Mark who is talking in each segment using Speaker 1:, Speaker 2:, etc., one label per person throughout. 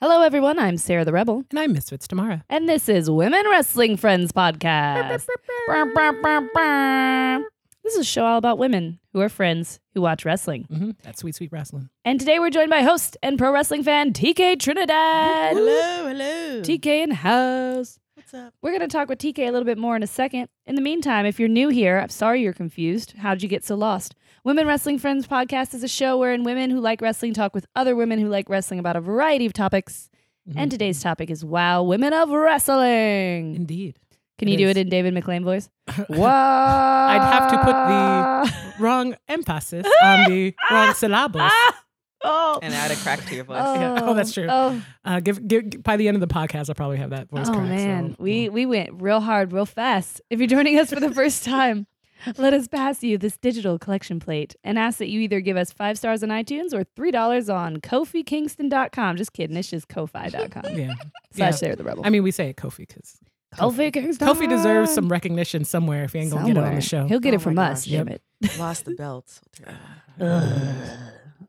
Speaker 1: Hello, everyone. I'm Sarah the Rebel,
Speaker 2: And I'm Misfits Tamara.
Speaker 1: and this is Women Wrestling Friends Podcast. This is a show all about women who are friends who watch wrestling.
Speaker 3: Mm-hmm.
Speaker 2: hmm That's sweet, sweet wrestling.
Speaker 1: And today we're joined by host and pro wrestling fan TK Trinidad.
Speaker 2: hello.
Speaker 1: TK in house.
Speaker 2: What's up?
Speaker 1: We're going to talk with TK a little bit more in a second. In the meantime, if you're new here, I'm sorry you're confused. How'd you get so lost? Women Wrestling Friends podcast is a show wherein women who like wrestling talk with other women who like wrestling about a variety of topics.
Speaker 3: Mm-hmm.
Speaker 1: And today's topic is Wow, Women of Wrestling.
Speaker 2: Indeed.
Speaker 1: Can
Speaker 2: it
Speaker 1: you do
Speaker 2: is.
Speaker 1: it in David McLean voice? Wow. I'd
Speaker 2: have to put
Speaker 1: Ah.
Speaker 2: Wrong emphasis on the wrong syllables.
Speaker 1: Oh.
Speaker 3: and add a crack to your voice.
Speaker 2: Yeah. Oh, that's true.
Speaker 1: Oh,
Speaker 2: Uh, give, give, by the end of the podcast, I'll probably have that voice
Speaker 1: Oh,
Speaker 2: cracked, so-
Speaker 1: man, we we went real hard, real fast. If you're joining us for the first time, let us pass you this digital collection plate and ask that you either give us five stars on iTunes or three dollars on KofiKingston.com. Just kidding, it's just Kofi.com
Speaker 2: Yeah. yeah.
Speaker 1: slash there the rebel.
Speaker 2: I mean, we say it Kofi because
Speaker 1: Kofi Kingston.
Speaker 2: Kofi deserves some recognition somewhere if he ain't going to get it on
Speaker 1: Somewhere.
Speaker 2: the show.
Speaker 1: He'll get
Speaker 3: Oh
Speaker 1: it from
Speaker 3: my
Speaker 1: us.
Speaker 3: gosh.
Speaker 1: Damn it.
Speaker 3: Lost the belt.
Speaker 2: Yeah,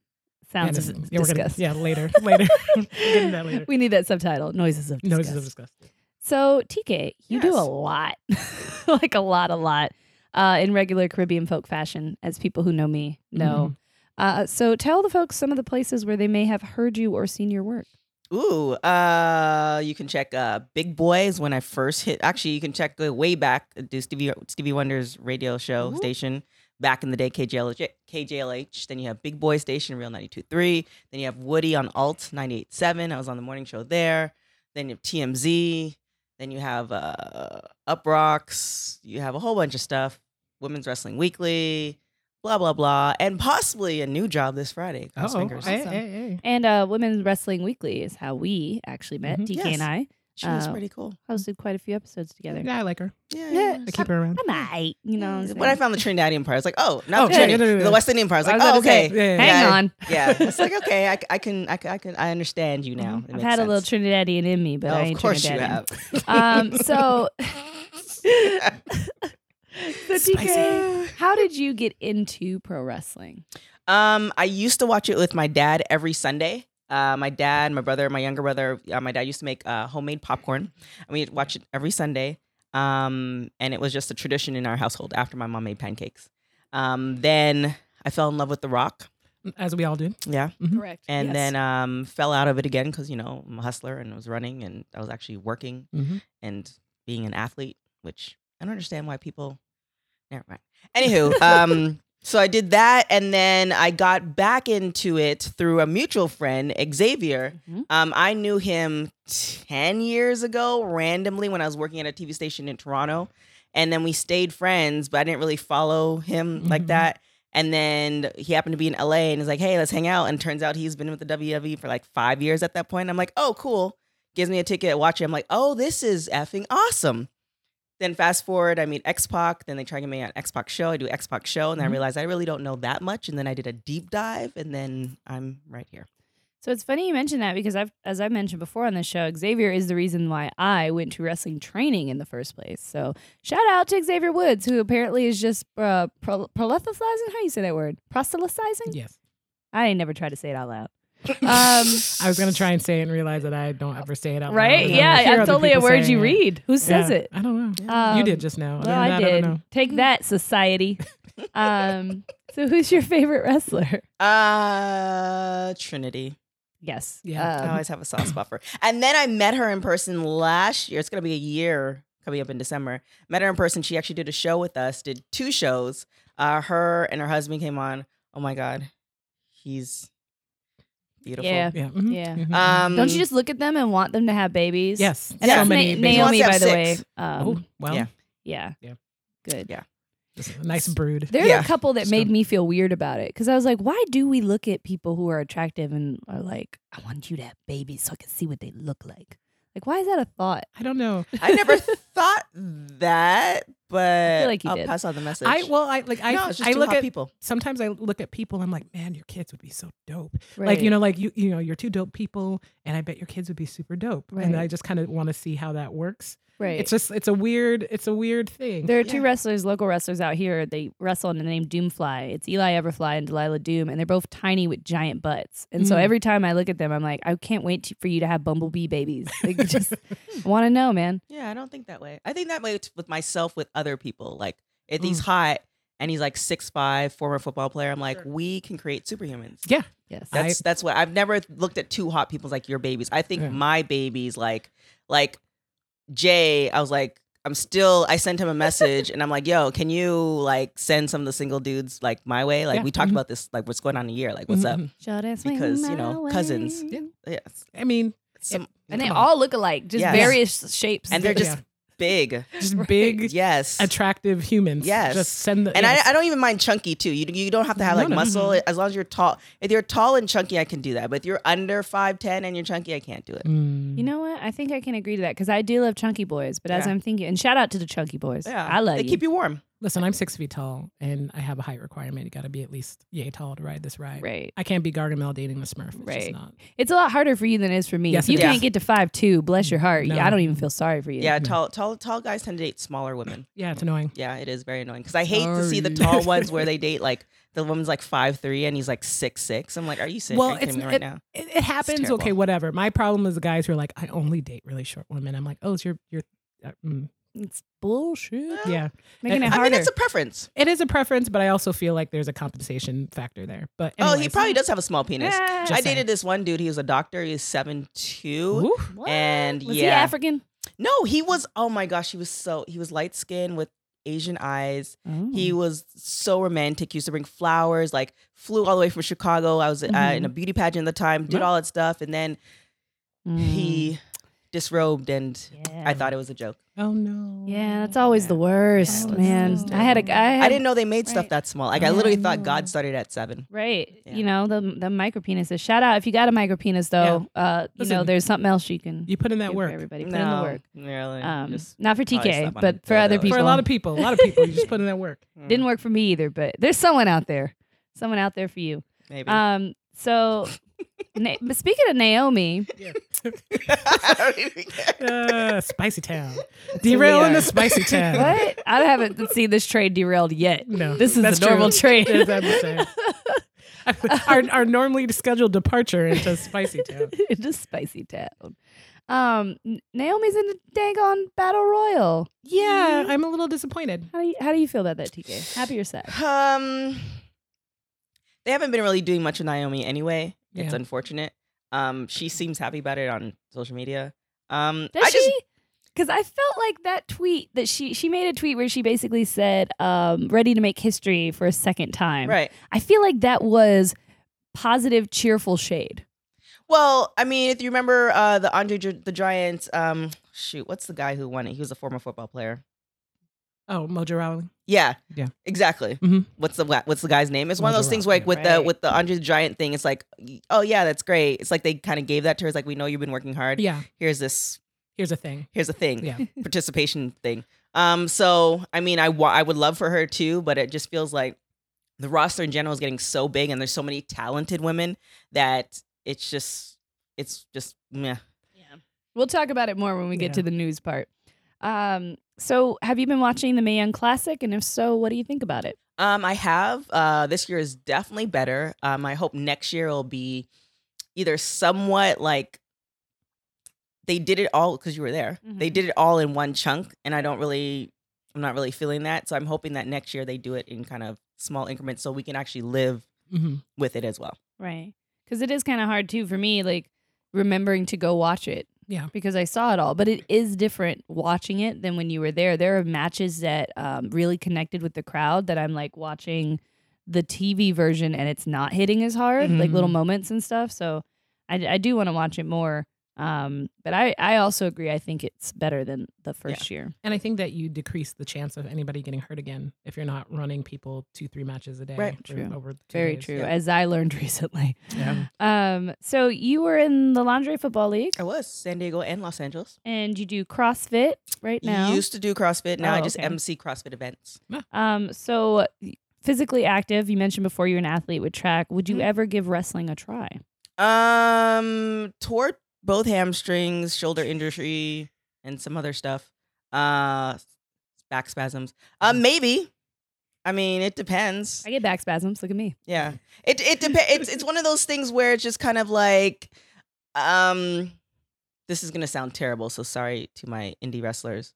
Speaker 1: Sounds
Speaker 2: just-
Speaker 1: of
Speaker 2: yeah, we're gonna-
Speaker 1: disgust.
Speaker 2: yeah, later. Later. we'll get into that later.
Speaker 1: We need that subtitle. Noises of disgust.
Speaker 2: Noises of disgust.
Speaker 1: So TK, you do a
Speaker 3: Yes.
Speaker 1: lot, like a lot, a lot, uh, in regular Caribbean folk fashion, as people who know me know. Uh, so tell the folks some of the places where they may have heard you or seen your work.
Speaker 3: Ooh, uh, you can check uh, Big Boys when I first hit. Actually, you can check uh, way back uh, do Stevie Stevie Wonder's radio show
Speaker 1: Ooh.
Speaker 3: station back in the day, KJLH, KJLH. Then you have Big Boy Station, Real 92.3. Then you have Woody on Alt 98.7. I was on the morning show there. Then you have TMZ. Then you have uh, Up Rocks. You have a whole bunch of stuff. Women's Wrestling Weekly. Blah blah blah, and possibly a new job this Friday. Cross
Speaker 2: Oh,
Speaker 3: fingers.
Speaker 2: hey,
Speaker 1: Awesome.
Speaker 2: hey, hey.
Speaker 1: And uh, Women's Wrestling Weekly is how we actually met.
Speaker 2: Mhm.
Speaker 1: TK
Speaker 3: Yes.
Speaker 1: and I
Speaker 3: She was
Speaker 1: Uh,
Speaker 3: pretty cool.
Speaker 1: hosted quite a few episodes together.
Speaker 2: Yeah, I like her.
Speaker 3: Yeah,
Speaker 1: Yeah,
Speaker 2: I keep her around.
Speaker 1: I'm aight, you know. what I'm
Speaker 3: when I
Speaker 1: saying?
Speaker 3: found the Trinidadian part, I was like, oh, not
Speaker 2: Oh,
Speaker 1: Mm.
Speaker 3: the,
Speaker 1: yeah,
Speaker 3: Trinidad,
Speaker 2: no, no, no, no.
Speaker 3: the West Indian part. I was
Speaker 1: I
Speaker 3: like,
Speaker 1: was
Speaker 3: oh,
Speaker 1: about to say,
Speaker 3: okay.
Speaker 2: Yeah,
Speaker 1: Hang
Speaker 3: Yeah.
Speaker 1: on.
Speaker 3: yeah, it's like, okay, I, I can, I can, I can, I understand you now. It
Speaker 1: Mm-hmm. I've
Speaker 3: makes
Speaker 1: had a little
Speaker 3: sense.
Speaker 1: Trinidadian in me, but I
Speaker 3: oh,
Speaker 1: ain't
Speaker 3: of course you
Speaker 1: Trinidadian.
Speaker 3: have.
Speaker 1: Um, so, so TK,
Speaker 3: Spicy.
Speaker 1: how did you get into pro wrestling?
Speaker 3: Um, I used to watch it with my dad every Sunday. Uh, my dad, my brother, my younger brother, uh, my dad used to make uh, homemade popcorn, and we'd watch it every Sunday. Um, and it was just a tradition in our household. After my mom made pancakes, um, then I fell in love with The Rock.
Speaker 2: As we all do.
Speaker 3: Yeah,
Speaker 1: Correct.
Speaker 3: Mm-hmm. and then um, fell out of it again because you know I'm a hustler and I was running and I was actually working
Speaker 2: Mhm.
Speaker 3: and being an athlete, which I don't understand why people. Never mind. Anywho, um, so I did that, and then I got back into it through a mutual friend, Xavier.
Speaker 1: Mhm.
Speaker 3: Um, I knew him ten years ago, randomly when I was working at a TV station in Toronto, and then we stayed friends, but I didn't really follow him like
Speaker 2: Mhm.
Speaker 3: that. And then he happened to be in LA and is like, hey, let's hang out. And turns out he's been with the WWE for like five years at that point. I'm like, oh, cool. Gives me a ticket, watch it. I'm like, oh, this is effing awesome. Then fast forward, I meet X Pac. Then they try to get me on X Pac show. I do X Pac show, and then
Speaker 2: Mhm.
Speaker 3: I realize I really don't know that much. And then I did a deep dive, and then I'm right here.
Speaker 1: so it's funny you mentioned that because I've, as I mentioned before on the show, Xavier is the reason why I went to wrestling training in the first place. So shout out to Xavier Woods, who apparently is just uh, pro- proselytizing. How do you say that word? Proselytizing.
Speaker 2: Yes.
Speaker 1: I ain't never tried to say it out loud. Um,
Speaker 2: I was gonna try and say it and realize that I don't ever say it out loud.
Speaker 1: right?
Speaker 2: And I
Speaker 1: Yeah,
Speaker 2: hear
Speaker 1: I'm
Speaker 2: other
Speaker 1: totally a
Speaker 2: people
Speaker 1: word
Speaker 2: saying
Speaker 1: you
Speaker 2: it.
Speaker 1: read. Who says
Speaker 2: Yeah,
Speaker 1: it?
Speaker 2: I don't know.
Speaker 1: Um,
Speaker 2: you did just now. Other
Speaker 1: Well,
Speaker 2: than
Speaker 1: I Hmm.
Speaker 2: that, I
Speaker 1: did.
Speaker 2: don't know.
Speaker 1: Take that, society. um, so, who's your favorite wrestler?
Speaker 3: Uh, Trinity.
Speaker 1: Yes.
Speaker 2: Yeah.
Speaker 3: I
Speaker 1: Um,
Speaker 3: always have a soft spot for. her. And then I met her in person last year. It's gonna be a year coming up in December. Met her in person. She actually did a show with us. Did two shows. Uh, her and her husband came on. Oh my god, he's beautiful.
Speaker 1: Yeah.
Speaker 2: Yeah. mhm,
Speaker 1: Yeah.
Speaker 2: mhm, mhm.
Speaker 3: Um,
Speaker 1: Don't you just look at them and want them to have babies?
Speaker 2: yes.
Speaker 1: And
Speaker 3: Yeah.
Speaker 1: that's
Speaker 2: so many.
Speaker 1: Na-
Speaker 2: babies.
Speaker 1: Naomi,
Speaker 3: She
Speaker 1: by
Speaker 3: wants
Speaker 1: the
Speaker 3: to have
Speaker 1: way.
Speaker 3: six.
Speaker 1: Um,
Speaker 2: Oh wow.
Speaker 3: Yeah.
Speaker 1: Yeah.
Speaker 2: Yeah.
Speaker 1: Good.
Speaker 3: Yeah.
Speaker 2: This is a Nice brood.
Speaker 1: There's
Speaker 3: Yeah.
Speaker 1: a couple that
Speaker 2: So-
Speaker 1: made me feel weird about it because I was like, why do we look at people who are attractive and are like, I want you to have babies so I can see what they look like? Like, why is that a thought?
Speaker 2: I don't know.
Speaker 3: I never thought that, but I
Speaker 1: like you
Speaker 3: will
Speaker 1: did.
Speaker 3: pass on the message.
Speaker 2: I well, I like I
Speaker 3: no, it's just
Speaker 2: I
Speaker 3: two
Speaker 2: look
Speaker 3: hot
Speaker 2: at
Speaker 3: people.
Speaker 2: sometimes I look at people. I'm like, man, your kids would be so dope. Like you know, like you you know, you're two dope people, and I bet your kids would be super dope. And
Speaker 1: Right.
Speaker 2: I just kind of want to see how that works.
Speaker 1: right.
Speaker 2: It's just it's a weird it's a weird thing.
Speaker 1: There are two
Speaker 3: Yeah.
Speaker 1: wrestlers, local wrestlers out here. They wrestle under the name Doomfly. It's Eli Everfly and Delilah Doom, and they're both tiny with giant butts. And so
Speaker 2: Mm.
Speaker 1: every time I look at them, I'm like, I can't wait to, for you to have bumblebee babies. Like, just want to know, man.
Speaker 3: Yeah, I don't think that way. I think that way it's with myself, with other people. Like if
Speaker 2: Mm.
Speaker 3: he's hot and he's like six five, former football player, I'm like, we can create superhumans.
Speaker 2: Yeah.
Speaker 1: Yes.
Speaker 2: I-
Speaker 3: That's that's what I've never looked at two hot people's like your babies. I think
Speaker 2: Yeah.
Speaker 3: my babies like like Jay, I was like I'm still I sent him a message and I'm like, yo, can you like send some of the single dudes like my way? Like
Speaker 2: Yeah.
Speaker 3: we talked
Speaker 2: Mhm.
Speaker 3: about this, like what's going on in a year, like what's up?
Speaker 2: Mhm.
Speaker 1: Shall dance swing
Speaker 3: Because, you
Speaker 1: my
Speaker 3: know,
Speaker 1: way.
Speaker 3: cousins.
Speaker 2: Mm-hmm.
Speaker 3: Yes.
Speaker 2: I mean,
Speaker 3: Some,
Speaker 1: And they
Speaker 2: Come on.
Speaker 1: all look alike, just
Speaker 3: Yes.
Speaker 1: various shapes.
Speaker 3: and they're just
Speaker 2: Yeah.
Speaker 3: big.
Speaker 2: just big,
Speaker 3: Yes.
Speaker 2: attractive humans.
Speaker 3: Yes.
Speaker 2: just send the
Speaker 3: And
Speaker 2: yes.
Speaker 3: I, I don't even mind chunky too. You you don't have to have
Speaker 2: No,
Speaker 3: like
Speaker 2: no.
Speaker 3: muscle as long as you're tall. If you're tall and chunky, I can do that. But if you're under five ten and you're chunky, I can't do it.
Speaker 2: Mm.
Speaker 1: You know what? I think I can agree to that because I do love chunky boys. But as
Speaker 3: Yeah.
Speaker 1: I'm thinking, and shout out to the chunky boys.
Speaker 3: Yeah,
Speaker 1: I love
Speaker 3: they
Speaker 1: you.
Speaker 3: keep you warm.
Speaker 2: Listen, I'm six feet tall, and I have a height requirement. You got to be at least yay tall to ride this ride.
Speaker 1: Right.
Speaker 2: I can't be Gargamel dating a Smurf. It's
Speaker 1: Right.
Speaker 2: just not.
Speaker 1: It's a lot harder for you than it is for me.
Speaker 2: Yes,
Speaker 1: if you
Speaker 3: it
Speaker 1: can't
Speaker 3: is.
Speaker 1: get to five two, bless your heart.
Speaker 2: No.
Speaker 1: I don't even feel sorry for you.
Speaker 3: Yeah, tall tall tall guys tend to date smaller women.
Speaker 2: Yeah, it's annoying.
Speaker 3: Yeah, it is very annoying because I hate to see the
Speaker 2: Sorry.
Speaker 3: tall ones where they date like the woman's like five three and he's like six six. I'm like, are you sick?
Speaker 2: Well,
Speaker 3: are you kidding
Speaker 2: it's
Speaker 3: me
Speaker 2: n-
Speaker 3: right now?
Speaker 2: It, it happens.
Speaker 3: terrible.
Speaker 2: Okay, whatever. My problem is the guys who are like, I only date really short women. I'm like, oh, it's your your. Uh, mm.
Speaker 1: It's bullshit.
Speaker 3: Well,
Speaker 2: Yeah,
Speaker 1: Making it
Speaker 2: I
Speaker 3: I
Speaker 1: harder.
Speaker 3: mean, it's a preference.
Speaker 2: it is a preference, but I also feel like there's a compensation factor there. But
Speaker 3: oh, he
Speaker 2: anyways.
Speaker 3: probably does have a small penis.
Speaker 1: Ah.
Speaker 2: Just
Speaker 3: I
Speaker 2: saying.
Speaker 3: dated this one dude. He was a doctor. He was seven two.
Speaker 2: Ooh.
Speaker 1: What?
Speaker 3: And
Speaker 1: was he
Speaker 3: yeah.
Speaker 1: African?
Speaker 3: No, he was. Oh my gosh, he was so he was light skinned with Asian eyes.
Speaker 1: Oh.
Speaker 3: He
Speaker 1: Hmm.
Speaker 3: was so romantic. He used to bring flowers, like flew all the way from Chicago. I was uh,
Speaker 1: Mm-hmm.
Speaker 3: in a beauty pageant at the time, did
Speaker 2: Wow.
Speaker 3: all that stuff, and then
Speaker 1: Mm.
Speaker 3: he disrobed, and
Speaker 1: Hmm. Yeah.
Speaker 3: I thought it was a joke.
Speaker 2: Oh no.
Speaker 1: Yeah, that's always the worst,
Speaker 2: That was
Speaker 1: man.
Speaker 2: so
Speaker 1: I had a
Speaker 2: terrible.
Speaker 1: guy.
Speaker 3: I didn't know they made stuff
Speaker 1: right.
Speaker 3: that small. Like I
Speaker 2: Yeah,
Speaker 3: literally
Speaker 2: I
Speaker 3: thought
Speaker 2: know.
Speaker 3: God started at seven.
Speaker 1: Right,
Speaker 3: Yeah.
Speaker 1: you know the the micro penises. Shout out if you got a micro penis though. Uh, you know
Speaker 2: Listen,
Speaker 1: there's something else you can
Speaker 2: You put in that
Speaker 1: do for
Speaker 2: work
Speaker 1: everybody. Put in the work.
Speaker 3: really,
Speaker 1: Um,
Speaker 3: just-
Speaker 1: not for
Speaker 3: probably slap
Speaker 1: TK,
Speaker 3: on
Speaker 1: but
Speaker 3: a
Speaker 1: for other
Speaker 3: dildo or
Speaker 1: people.
Speaker 2: for a lot of people. A lot of people. You just put in that work.
Speaker 3: hmm,
Speaker 1: Didn't work for me either, but there's someone out there, someone out there for you.
Speaker 3: maybe.
Speaker 1: Um, so na- but speaking of Naomi,
Speaker 3: I don't even care.
Speaker 2: Uh, spicy town. Derailing
Speaker 1: are.
Speaker 2: the spicy town.
Speaker 1: what? I haven't seen this trade derailed yet.
Speaker 2: No,
Speaker 1: This is
Speaker 2: that's
Speaker 1: the normal
Speaker 2: true.
Speaker 1: trade.
Speaker 2: That's what I'm saying. our, our normally scheduled departure into Spicy Town.
Speaker 1: Into spicy town. Um, N- Naomi's in the dang on battle royal.
Speaker 2: Yeah, I'm a little disappointed.
Speaker 1: How do you how do you feel about that, TK? Happy or sad?
Speaker 3: Um, they haven't been really doing much with Naomi anyway. It's
Speaker 2: Yeah.
Speaker 3: unfortunate. Um, she seems happy about it on social media. Um,
Speaker 1: Does
Speaker 3: I just
Speaker 1: she? Because I felt like that tweet that she she made a tweet where she basically said, um, "Ready to make history for a second time."
Speaker 3: right.
Speaker 1: I feel like that was positive, cheerful shade.
Speaker 3: Well, I mean, if you remember uh, the Andre Gi- the Giant, um, shoot, what's the guy who won it? He was a former football player.
Speaker 2: Oh, Mojo Rowling.
Speaker 3: Yeah,
Speaker 2: Yeah.
Speaker 3: exactly.
Speaker 2: Mhm.
Speaker 3: What's the wa- what's the guy's name? It's one of
Speaker 2: Mojo
Speaker 3: those things
Speaker 2: Rowling,
Speaker 3: like with the
Speaker 1: right.
Speaker 3: with the Andre the Giant thing. It's like, oh yeah, that's great. It's like they kind of gave that to her. It's like we know you've been working hard.
Speaker 2: Yeah,
Speaker 3: Here's this.
Speaker 2: here's a thing.
Speaker 3: Here's a thing.
Speaker 2: Yeah,
Speaker 3: participation thing. Um, so I mean, I wa- I would love for her too, but it just feels like the roster in general is getting so big, and there's so many talented women that it's just it's just meh.
Speaker 1: We'll talk about it more when we get
Speaker 2: Yeah.
Speaker 1: to the news part. Um, so, have you been watching the Mae Young Classic? And if so, what do you think about it?
Speaker 3: Um, I have. Uh, this year is definitely better. Um, I hope next year will be either somewhat like they did it all because you were there. They
Speaker 1: Mhm.
Speaker 3: did it all in one chunk, and I don't really, I'm not really feeling that. So I'm hoping that next year they do it in kind of small increments, so we can actually live
Speaker 2: hmm
Speaker 3: with it as well.
Speaker 1: Right. Because it is kind of hard too for me, like remembering to go watch it.
Speaker 2: Yeah.
Speaker 1: Because I saw it all, but it is different watching it than when you were there. There are matches that um, really connected with the crowd that I'm like watching the TV version and it's not hitting as hard, like little
Speaker 2: Mhm.
Speaker 1: moments and stuff. So I, I do want to watch it more. Um, but I, I also agree. I think it's better than the first year.
Speaker 2: And I think that you decrease the chance of anybody getting hurt again if you're not running people two, three matches a day.
Speaker 3: Right.
Speaker 2: for-
Speaker 1: True.
Speaker 2: Over two
Speaker 1: Very
Speaker 2: days.
Speaker 1: true,
Speaker 3: yeah.
Speaker 1: as I learned recently.
Speaker 2: Yeah.
Speaker 1: Um, so you were in the Lingerie Football League,
Speaker 3: I was San Diego and Los Angeles.
Speaker 1: and you do CrossFit right now.
Speaker 3: Used to do CrossFit. Now
Speaker 1: Oh,
Speaker 3: I just
Speaker 1: okay.
Speaker 3: MC CrossFit events.
Speaker 1: Um, so physically active. You mentioned before you're an athlete with track. Would you
Speaker 3: Mhm.
Speaker 1: ever give wrestling a try?
Speaker 3: Um, tore both hamstrings, shoulder injury, and some other stuff. Uh, back spasms. Uh, maybe. I mean, it depends.
Speaker 1: I get back spasms. Look at me.
Speaker 3: Yeah. It it depends. it's it's one of those things where it's just kind of like, um, this is gonna sound terrible. So sorry to my indie wrestlers.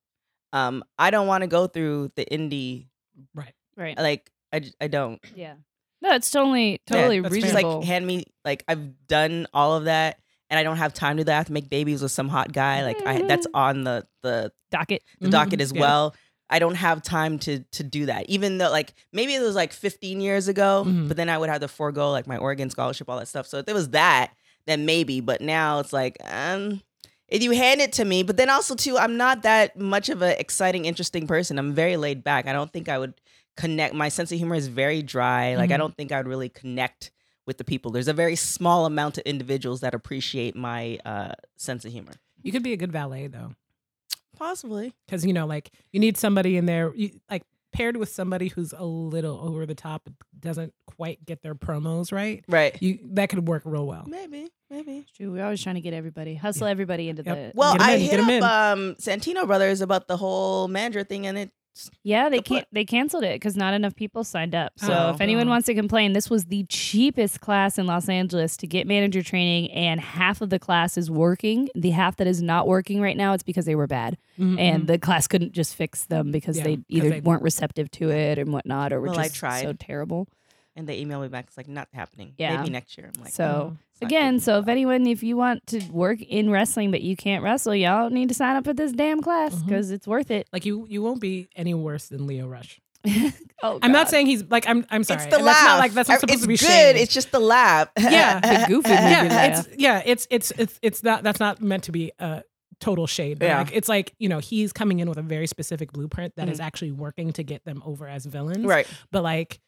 Speaker 3: Um, I don't want to go through the indie
Speaker 2: Right.
Speaker 1: Right.
Speaker 3: like I, j- I don't.
Speaker 1: Yeah. No, it's totally
Speaker 3: Uh, Yeah,
Speaker 1: totally
Speaker 2: that's fair.
Speaker 3: Just
Speaker 1: reasonable.
Speaker 3: like hand me like I've done all of that and I don't have time to do that. I have to make babies with some hot guy. Like I that's on the the,
Speaker 1: Docket.
Speaker 3: the
Speaker 2: Mhm.
Speaker 3: docket as
Speaker 2: Yeah.
Speaker 3: well. I don't have time to to do that. Even though like maybe it was like 15 years ago,
Speaker 2: Mhm.
Speaker 3: but then I would have to forego like my Oregon scholarship, all that stuff. So if it was that, then maybe. But now it's like um if you hand it to me, but then also too, I'm not that much of an exciting, interesting person. I'm very laid back. I don't think I would connect. My sense of humor is very dry. Like I
Speaker 2: Mhm.
Speaker 3: don't think I would really connect with the people. There's a very small amount of individuals that appreciate my uh, sense of humor.
Speaker 2: You could be a good valet though,
Speaker 3: Possibly.
Speaker 2: because you know, like you need somebody in there, you, like paired with somebody who's a little over the top, doesn't quite get their promos right.
Speaker 3: Right.
Speaker 2: You that could work real well.
Speaker 3: Maybe. Maybe.
Speaker 1: True. We're always trying to get everybody, hustle everybody into
Speaker 2: Yep.
Speaker 1: the.
Speaker 3: Well,
Speaker 2: Get 'em
Speaker 3: I
Speaker 2: in,
Speaker 3: hit
Speaker 2: get 'em in.
Speaker 3: up um, Santino Brothers about the whole Mandra thing, and it
Speaker 1: yeah, they
Speaker 3: the put-
Speaker 1: can't. They canceled it because not enough people signed up. So
Speaker 3: Oh.
Speaker 1: if anyone
Speaker 2: Oh.
Speaker 1: wants to complain, this was the cheapest class in Los Angeles to get manager training, and half of the class is working. The half that is not working right now, it's because they were bad,
Speaker 2: Mhm.
Speaker 1: and the class couldn't just fix them because
Speaker 2: Yeah,
Speaker 1: they
Speaker 2: 'cause
Speaker 1: either
Speaker 2: they-
Speaker 1: weren't receptive to it and whatnot, or were
Speaker 3: Well, I
Speaker 1: just
Speaker 3: tried.
Speaker 1: so terrible.
Speaker 3: and they emailed me back. It's like not happening.
Speaker 1: Yeah.
Speaker 3: Maybe next year. I'm like, oh,
Speaker 1: so.
Speaker 2: Mhm.
Speaker 3: it's not
Speaker 1: Again,
Speaker 3: good.
Speaker 1: so if anyone, if you want to work in wrestling but you can't wrestle, y'all need to sign up for this damn class
Speaker 2: Mhm.
Speaker 1: because it's worth it.
Speaker 2: like you, you won't be any worse than Leo Rush.
Speaker 1: oh,
Speaker 2: I'm
Speaker 1: God.
Speaker 2: not saying he's like I'm. I'm sorry.
Speaker 3: It's the
Speaker 2: And
Speaker 3: laugh.
Speaker 2: That's not like that's not
Speaker 3: I-
Speaker 2: supposed
Speaker 3: it's
Speaker 2: to be
Speaker 3: good.
Speaker 2: shade.
Speaker 3: It's just the laugh.
Speaker 2: Yeah.
Speaker 1: The goofy movie
Speaker 2: yeah,
Speaker 1: laugh.
Speaker 2: it's yeah, it's it's it's it's not that's not meant to be a total shade. but,
Speaker 3: Yeah.
Speaker 2: Like, it's like you know he's coming in with a very specific blueprint that is
Speaker 3: Mhm.
Speaker 2: actually working to get them over as villains.
Speaker 3: Right.
Speaker 2: But like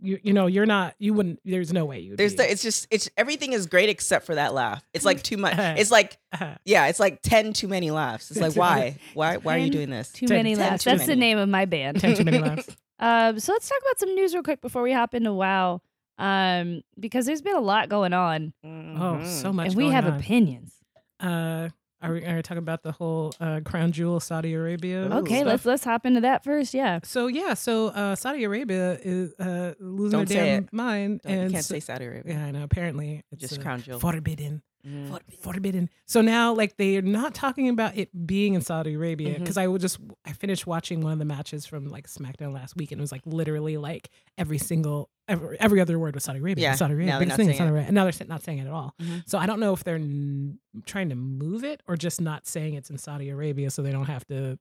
Speaker 2: you you know you're not you wouldn't there's no way you
Speaker 3: There's the, it's just it's everything is great except for that laugh. It's like too much. It's like
Speaker 2: uh,
Speaker 3: yeah, it's like ten too many laughs. It's like why why why are you
Speaker 1: 10
Speaker 3: doing this?
Speaker 1: Too
Speaker 2: Ten-
Speaker 1: many
Speaker 3: ten
Speaker 1: laughs.
Speaker 3: too
Speaker 1: That's the
Speaker 3: many.
Speaker 1: name of my band.
Speaker 2: ten too many laughs.
Speaker 1: Um, so let's talk about some news real quick before we hop into WoW, um, because there's been a lot going on,
Speaker 3: Mm-hmm.
Speaker 2: Oh, so much.
Speaker 1: and we
Speaker 2: going
Speaker 1: have
Speaker 2: on.
Speaker 1: opinions.
Speaker 2: Uh, are we, are we talking about the whole uh, crown jewel Saudi Arabia?
Speaker 3: Ooh.
Speaker 1: okay,
Speaker 2: stuff?
Speaker 1: let's let's hop into that first. Yeah,
Speaker 2: So yeah, so uh, Saudi Arabia is uh, losing
Speaker 3: Don't say
Speaker 2: their damn
Speaker 3: it.
Speaker 2: mind,
Speaker 3: Don't- you
Speaker 2: and
Speaker 3: can't
Speaker 2: so-
Speaker 3: say Saudi Arabia.
Speaker 2: yeah, I know. Apparently, it's
Speaker 3: Just
Speaker 2: uh,
Speaker 3: crown jewel.
Speaker 2: forbidden.
Speaker 3: Mm.
Speaker 2: For- forbidden. So now, like, they are not talking about it being in Saudi Arabia
Speaker 3: Mm-hmm.
Speaker 2: because I would just I finished watching one of the matches from like SmackDown last week, and it was like literally like every single every, every other word was Saudi Arabia.
Speaker 3: Yeah,
Speaker 2: Saudi Arabia.
Speaker 3: now they're
Speaker 2: biggest
Speaker 3: not
Speaker 2: thing,
Speaker 3: saying
Speaker 2: Saudi Arabia. And now they're sa- not saying it at all.
Speaker 3: Mhm.
Speaker 2: So I don't know if they're n- trying to move it or just not saying it's in Saudi Arabia so they don't have to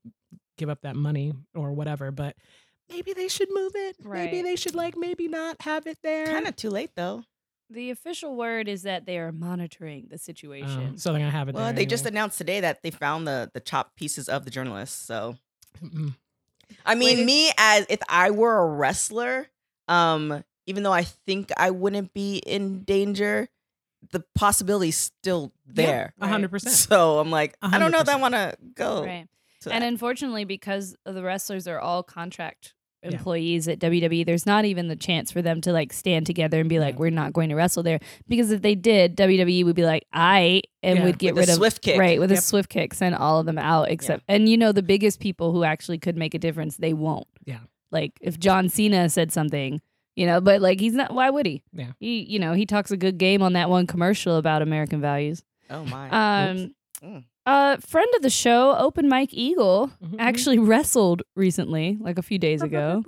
Speaker 2: give up that money or whatever. But maybe they should move it. Maybe
Speaker 1: Right.
Speaker 2: they should like maybe not have it there.
Speaker 3: Kind of too late though.
Speaker 1: the official word is that they are monitoring the situation.
Speaker 2: Um, so they're gonna have it.
Speaker 3: Well,
Speaker 2: there
Speaker 3: they just
Speaker 2: anyway.
Speaker 3: announced today that they found the the chopped pieces of the journalists. So
Speaker 2: Mm-mm.
Speaker 3: I mean,
Speaker 1: Wait,
Speaker 3: me as if I were a wrestler, um, even though I think I wouldn't be in danger, the possibility's still there.
Speaker 2: a hundred percent.
Speaker 3: So I'm like, I don't know if I
Speaker 2: 100%.
Speaker 3: want to go.
Speaker 1: Right.
Speaker 3: to
Speaker 1: And
Speaker 3: that.
Speaker 1: unfortunately, because the wrestlers are all contract
Speaker 2: Yeah.
Speaker 1: employees at WWE, there's not even the chance for them to like stand together and be like,
Speaker 2: Yeah.
Speaker 1: "We're not going to wrestle there," because if they did, WWE would be like, "I," and
Speaker 2: Yeah.
Speaker 1: would get
Speaker 3: With
Speaker 1: rid
Speaker 3: a
Speaker 1: of
Speaker 3: swift kick.
Speaker 1: right with a
Speaker 2: Yep.
Speaker 1: swift kick, send all of them out except and you know the biggest people who actually could make a difference, they won't.
Speaker 2: Yeah.
Speaker 1: like if John Cena said something. You know, but like he's not. Why would he?
Speaker 2: Yeah.
Speaker 1: He, you know, he talks a good game on that one commercial about American values.
Speaker 3: Oh my.
Speaker 1: Um,
Speaker 3: Mm.
Speaker 1: a friend of the show, Open Mike Eagle,
Speaker 2: Mhm.
Speaker 3: Mm-hmm.
Speaker 1: actually wrestled recently, like a few days ago.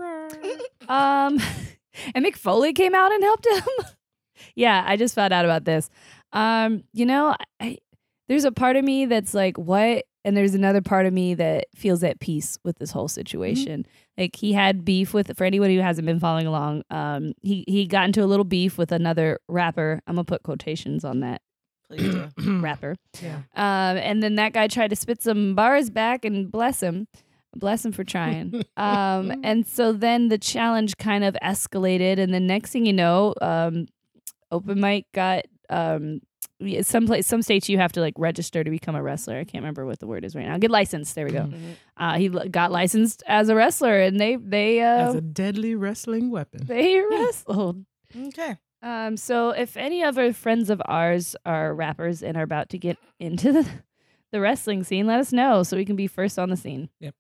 Speaker 1: Um, and Mick Foley came out and helped him. yeah, I just found out about this. Um, you know, I, there's a part of me that's like, what? And there's another part of me that feels at peace with this whole situation. Like he had beef with for anyone who hasn't been following along. Um, he he got into a little beef with another rapper. I'm gonna put quotations on that
Speaker 3: Please do.
Speaker 2: Mm-hmm.
Speaker 1: rapper.
Speaker 2: Yeah.
Speaker 1: Um, and then that guy tried to spit some bars back and bless him. Bless him for trying. um, and so then the challenge kind of escalated. And the next thing you know, um, open mic got um, yeah, some place, some states you have to like register to become a wrestler. I can't remember what the word is right now. Get licensed. There we
Speaker 2: Mm-hmm.
Speaker 1: go.
Speaker 3: Mhm.
Speaker 1: Uh, he l- got licensed as a wrestler, and they they uh,
Speaker 2: As a deadly wrestling weapon.
Speaker 1: they wrestled.
Speaker 3: Okay.
Speaker 1: Um, so if any other friends of ours are rappers and are about to get into the, the wrestling scene, let us know so we can be first on the scene.
Speaker 2: Yep.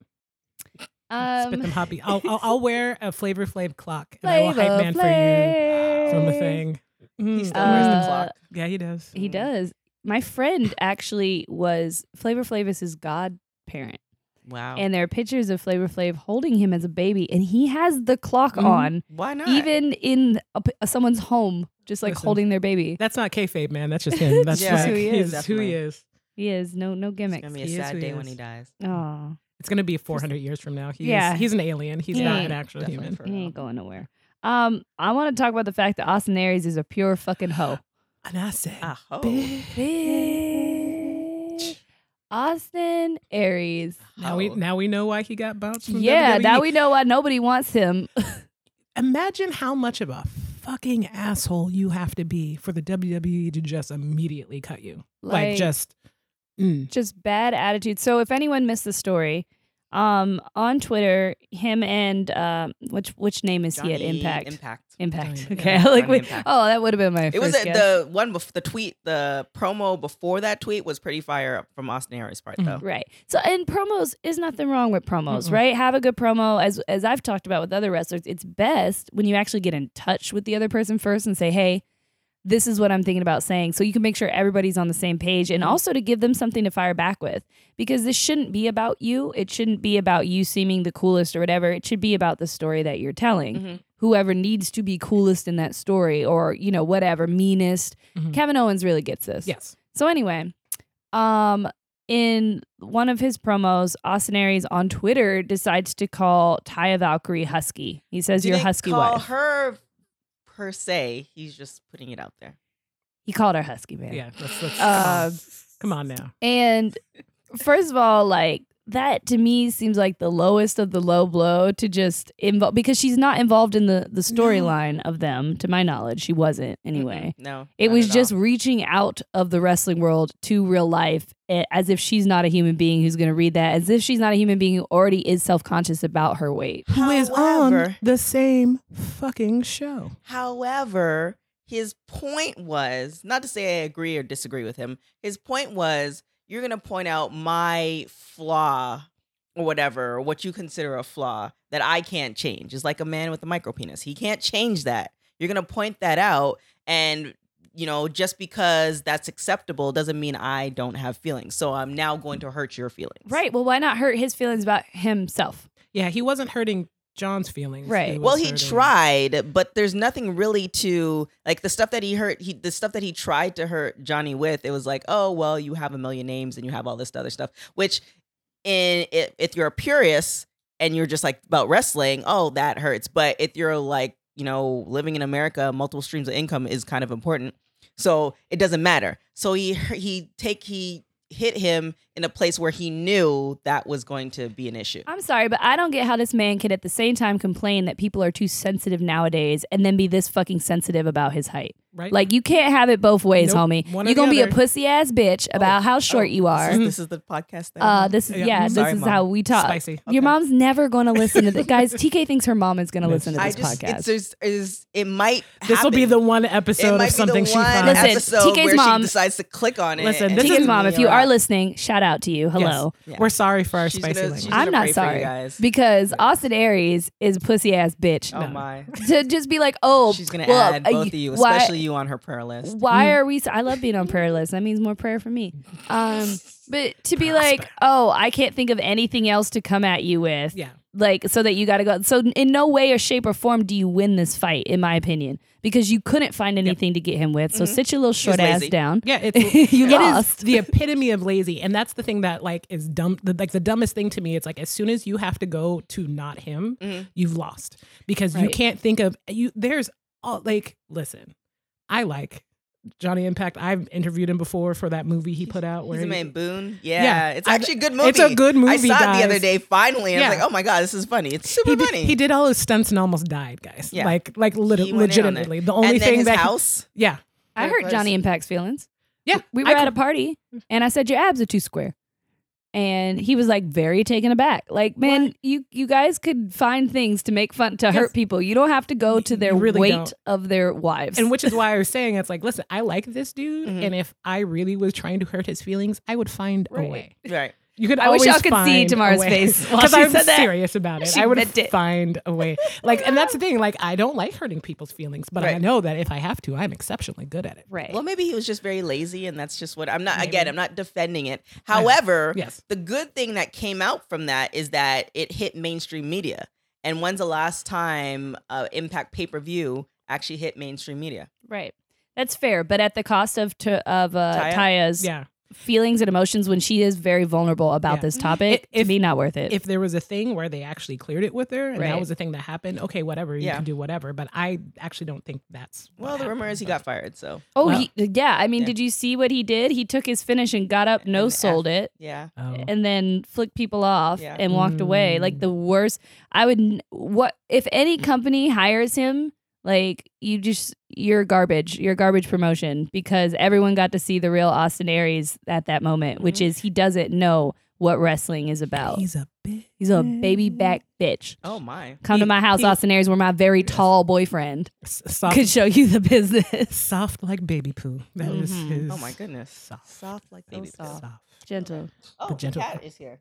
Speaker 2: Spit them
Speaker 1: Um,
Speaker 2: hoppy. I'll, I'll, I'll wear a Flavor Flav clock and I will hype man for you from the thing.
Speaker 3: He
Speaker 2: Mm,
Speaker 3: still wears
Speaker 1: Uh,
Speaker 3: the clock.
Speaker 2: yeah, he does.
Speaker 1: He does. My friend actually was Flavor Flavis' godparent,
Speaker 3: Wow.
Speaker 1: and there are pictures of Flavor Flav holding him as a baby, and he has the clock
Speaker 2: Mhm.
Speaker 1: on,
Speaker 3: Why not?
Speaker 1: even in a p someone's home, just like
Speaker 2: Listen.
Speaker 1: holding their baby.
Speaker 2: That's not kayfabe, man. That's just him. That's
Speaker 3: Yeah. Just
Speaker 2: like,
Speaker 1: who he
Speaker 3: is,
Speaker 2: he's who
Speaker 3: definitely.
Speaker 2: he is.
Speaker 1: He is no no
Speaker 3: it's
Speaker 1: gimmicks.
Speaker 3: gonna be
Speaker 2: He
Speaker 3: a
Speaker 2: is
Speaker 3: sad
Speaker 2: who he
Speaker 3: day when
Speaker 2: is.
Speaker 3: he dies.
Speaker 1: Aw.
Speaker 2: It's gonna be 400 years from now. He's,
Speaker 1: Yeah.
Speaker 2: he's an alien. He's
Speaker 1: He
Speaker 2: not
Speaker 1: ain't
Speaker 2: an actual
Speaker 3: Definitely
Speaker 2: human.
Speaker 3: for
Speaker 1: He
Speaker 3: real.
Speaker 1: ain't going nowhere. Um, I want to talk about the fact that Austin Aries is a pure fucking hoe.
Speaker 2: And I said,
Speaker 3: Ah, ho.
Speaker 1: Bitch. Austin Aries.
Speaker 2: now we
Speaker 3: Ho.
Speaker 2: now we know why he got bounced. From E.
Speaker 1: Yeah,
Speaker 2: WWE.
Speaker 1: now we know why nobody wants him.
Speaker 2: imagine how much of a fucking asshole you have to be for the WWE to just immediately cut you. Like,
Speaker 1: Like-
Speaker 2: just mm,
Speaker 1: Just bad attitude. So if anyone missed the story, um, on Twitter, him and um, which which name is he at
Speaker 3: Johnny
Speaker 1: Impact?
Speaker 3: Impact.
Speaker 1: Impact.
Speaker 2: Johnny-
Speaker 1: okay,
Speaker 3: yeah,
Speaker 1: like
Speaker 3: Johnny
Speaker 1: we,
Speaker 3: Impact.
Speaker 1: oh, that would have been my.
Speaker 3: It was
Speaker 1: first
Speaker 3: a,
Speaker 1: guess.
Speaker 3: the one before the tweet, the promo before that tweet was pretty fire from Austin Harris' part, though.
Speaker 1: Right. So and promos is nothing wrong with promos,
Speaker 2: Mm-mm.
Speaker 1: right? Have a good promo as as I've talked about with other wrestlers. It's best when you actually get in touch with the other person first and say, "Hey, this is what I'm thinking about saying." So you can make sure everybody's on the same page and also to give them something to fire back with because this shouldn't be about you. It shouldn't be about you seeming the coolest or whatever. It should be about the story that you're telling.
Speaker 3: Mhm.
Speaker 1: Whoever needs to be coolest in that story or, you know, whatever, meanest.
Speaker 2: Mhm.
Speaker 1: Kevin Owens really gets this.
Speaker 2: yes.
Speaker 1: So anyway, um, in one of his promos, Austin Aries on Twitter decides to call Taya Valkyrie husky. He says, "Your
Speaker 3: Didn't
Speaker 1: husky
Speaker 3: call
Speaker 1: wife."
Speaker 3: her per se. He's just putting it out there.
Speaker 1: he called her husky, man.
Speaker 2: Yeah. Let's, let's,
Speaker 1: Uh,
Speaker 2: come on now.
Speaker 1: And first of all, like that to me seems like the lowest of the low blow to just involve because she's not involved in the the storyline of them, to my knowledge. She wasn't anyway.
Speaker 3: Mm-mm. no,
Speaker 1: It
Speaker 3: not
Speaker 1: was
Speaker 3: at
Speaker 1: just
Speaker 3: all.
Speaker 1: reaching out of the wrestling world to real life eh, as if she's not a human being who's going to read that, as if she's not a human being who already is self conscious about her weight.
Speaker 2: Who is on
Speaker 3: However-
Speaker 2: the same fucking show?
Speaker 3: However, his point was not to say I agree or disagree with him. His point was you're going to point out my flaw or whatever, or what you consider a flaw that I can't change. It's like a man with a micro penis. He can't change that. You're going to point that out and you know, just because that's acceptable doesn't mean I don't have feelings. So I'm now going to hurt your feelings.
Speaker 1: Right. Well, why not hurt his feelings about himself?
Speaker 2: Yeah, he wasn't hurting John's feelings.
Speaker 1: Right.
Speaker 2: was
Speaker 3: well he
Speaker 2: hurting-
Speaker 3: tried but there's nothing really to like the stuff that he hurt he the stuff that he tried to hurt johnny with it was like oh well you have a million names and you have all this other stuff which in if, if you're a purist and you're just like about wrestling oh that hurts but if you're like you know living in america multiple streams of income is kind of important so it doesn't matter so he he take he hit him in a place where he knew that was going to be an issue
Speaker 1: I'm sorry, but I don't get how this man could at the same time complain that people are too sensitive nowadays and then be this fucking sensitive about his height.
Speaker 2: Right.
Speaker 1: Like, you can't have it both ways,
Speaker 2: Nope.
Speaker 1: homie.
Speaker 2: One or
Speaker 1: You're
Speaker 2: the
Speaker 1: going to be a
Speaker 2: other. Mm-hmm.
Speaker 1: pussy ass bitch about how short
Speaker 3: Oh,
Speaker 1: you
Speaker 3: This
Speaker 1: are.
Speaker 3: is, this is the podcast. That
Speaker 1: Uh, this is
Speaker 2: Yeah.
Speaker 1: yeah.
Speaker 3: Uh-huh. Sorry,
Speaker 1: this is
Speaker 3: Mom.
Speaker 1: how we talk.
Speaker 2: Spicy.
Speaker 1: Your
Speaker 3: Okay.
Speaker 1: mom's never going to listen to this, guys. TK thinks her mom is going to
Speaker 2: No,
Speaker 1: listen to
Speaker 2: she-
Speaker 1: this
Speaker 3: I just,
Speaker 1: podcast.
Speaker 3: It's, there's, is it might.
Speaker 2: this will be
Speaker 3: happen.
Speaker 2: the one
Speaker 3: it
Speaker 2: episode
Speaker 3: might
Speaker 2: of something
Speaker 3: be
Speaker 2: she
Speaker 3: the one
Speaker 2: finds.
Speaker 1: Listen,
Speaker 3: episode
Speaker 1: TK's
Speaker 3: where
Speaker 1: mom-
Speaker 3: she decides to click on it.
Speaker 2: Listen,
Speaker 3: and
Speaker 2: this
Speaker 1: TK's
Speaker 2: is-
Speaker 1: mom, if you are listening, shout out to you. Hello,
Speaker 2: Yes.
Speaker 3: Yeah.
Speaker 2: We're sorry for our
Speaker 3: She's
Speaker 2: spicy
Speaker 3: gonna-
Speaker 2: language.
Speaker 3: she's-
Speaker 1: I'm
Speaker 3: gonna
Speaker 1: not
Speaker 3: pray for you
Speaker 1: sorry
Speaker 3: guys.
Speaker 1: because Austin Aries is a pussy ass bitch.
Speaker 3: oh my,
Speaker 1: To just be like, oh,
Speaker 3: she's gonna
Speaker 1: well,
Speaker 3: add
Speaker 1: uh,
Speaker 3: both of you,
Speaker 1: why-
Speaker 3: especially you on her prayer list.
Speaker 1: Why are we? So, I love being on prayer list. That means more prayer for me. Um, but to be like, oh, I can't think of anything else to come at you with.
Speaker 2: yeah.
Speaker 1: like so that you got to go so in no way or shape or form do you win this fight in my opinion because you couldn't find anything to get him with so
Speaker 2: Mm-hmm.
Speaker 1: sit your little short ass
Speaker 3: lazy.
Speaker 1: down
Speaker 2: Yeah, it's
Speaker 1: You
Speaker 2: it is
Speaker 1: lost.
Speaker 2: the epitome of lazy, and that's the thing that like is dumb. The, like the dumbest thing to me, it's like as soon as you have to go to not him,
Speaker 3: Mm-hmm.
Speaker 2: you've lost because you
Speaker 1: Right.
Speaker 2: can't think of you. There's all like listen, I like Johnny Impact. I've interviewed him before for that movie he put out. Where
Speaker 3: He's the
Speaker 2: he-
Speaker 3: man Boone. Yeah,
Speaker 2: Yeah,
Speaker 3: it's
Speaker 2: I've-
Speaker 3: actually a good movie.
Speaker 2: It's a good movie.
Speaker 3: I saw it
Speaker 2: guys.
Speaker 3: the other day. Finally, and I was
Speaker 2: Yeah.
Speaker 3: like, oh my god, this is funny. It's super
Speaker 2: He did,
Speaker 3: funny.
Speaker 2: he did all his stunts and almost died, guys.
Speaker 3: Yeah.
Speaker 2: Like, like lit-
Speaker 3: He went in on it.
Speaker 2: legitimately. The
Speaker 3: and
Speaker 2: only
Speaker 3: then
Speaker 2: thing
Speaker 3: his
Speaker 2: that he-
Speaker 3: house.
Speaker 2: yeah,
Speaker 1: I
Speaker 3: Where it
Speaker 1: hurt
Speaker 3: was.
Speaker 1: Johnny Impact's feelings.
Speaker 2: yeah.
Speaker 1: We
Speaker 2: I
Speaker 1: were
Speaker 2: could-
Speaker 1: at
Speaker 2: Mm-hmm.
Speaker 1: a party and I said your abs are too square. And he was like very taken aback. Like, man, you you guys could find things to make fun to hurt people. You don't have to go to
Speaker 2: You
Speaker 1: their
Speaker 2: really
Speaker 1: weight
Speaker 2: don't.
Speaker 1: of their wives.
Speaker 2: And which is why I was saying it's like, listen, I like this dude,
Speaker 1: Mm-hmm.
Speaker 3: Mhm.
Speaker 2: and if I really was trying to hurt his feelings, I would find
Speaker 1: Right.
Speaker 2: a way.
Speaker 3: right.
Speaker 2: You could.
Speaker 1: I wish
Speaker 2: always
Speaker 1: y'all could see
Speaker 2: find a
Speaker 1: Tamara's
Speaker 2: way.
Speaker 1: face while
Speaker 2: 'Cause
Speaker 1: she
Speaker 2: I'm
Speaker 1: said that.
Speaker 2: serious about it.
Speaker 1: She
Speaker 2: I would
Speaker 1: meant it.
Speaker 2: find a way. Like, and that's the thing. Like, I don't like hurting people's feelings, but I
Speaker 3: Right.
Speaker 2: know that if I have to, I'm exceptionally good at it.
Speaker 1: right.
Speaker 3: Well, maybe he was just very lazy, and that's just what I'm not. Again,
Speaker 2: Maybe.
Speaker 3: I'm not defending it. However,
Speaker 2: Yes.
Speaker 3: the good thing that came out from that is that it hit mainstream media. And when's the last time uh, Impact pay per view actually hit mainstream media?
Speaker 1: Right. That's fair, but at the cost of t- of uh,
Speaker 3: Taya?
Speaker 1: Taya's
Speaker 2: Yeah.
Speaker 1: feelings and emotions when she is very vulnerable about
Speaker 2: Yeah.
Speaker 1: this topic,
Speaker 2: If-
Speaker 1: to me, not worth it.
Speaker 2: If there was a thing where they actually cleared it with her, and
Speaker 1: Right.
Speaker 2: that was the thing that happened, okay, whatever, you
Speaker 3: Yeah.
Speaker 2: can do whatever. But I actually don't think that's. what
Speaker 3: Well, the rumor
Speaker 2: happened,
Speaker 3: is he
Speaker 2: but-
Speaker 3: got fired. So
Speaker 1: oh,
Speaker 2: well-
Speaker 1: he, yeah. I mean,
Speaker 3: Yeah.
Speaker 1: did you see what he did? He took his finish and got up, no
Speaker 3: And
Speaker 1: sold it.
Speaker 3: yeah,
Speaker 2: Oh.
Speaker 1: and then flicked people off
Speaker 3: Yeah.
Speaker 1: and walked away.
Speaker 2: Mm.
Speaker 1: Like the worst. I would n- what if any company hires him? Like you just you're garbage. You're garbage promotion because everyone got to see the real Austin Aries at that moment, which
Speaker 3: Mhm.
Speaker 1: is he doesn't know what wrestling is about. He's,
Speaker 2: Mm-hmm. He's a bitch.
Speaker 1: a baby back bitch.
Speaker 3: oh my,
Speaker 1: Come to
Speaker 2: He-
Speaker 1: my house,
Speaker 2: he-
Speaker 1: Austin Aries, where my very
Speaker 2: Yes.
Speaker 1: tall boyfriend
Speaker 2: S- soft,
Speaker 1: could show you the business.
Speaker 2: soft like baby poo. That is
Speaker 1: Mhm.
Speaker 2: his.
Speaker 3: oh my goodness,
Speaker 2: Soft.
Speaker 3: like
Speaker 1: So
Speaker 3: baby.
Speaker 1: soft.
Speaker 2: Soft.
Speaker 1: Gentle.
Speaker 3: Oh,
Speaker 2: But
Speaker 3: the
Speaker 2: gentle.
Speaker 3: cat is here.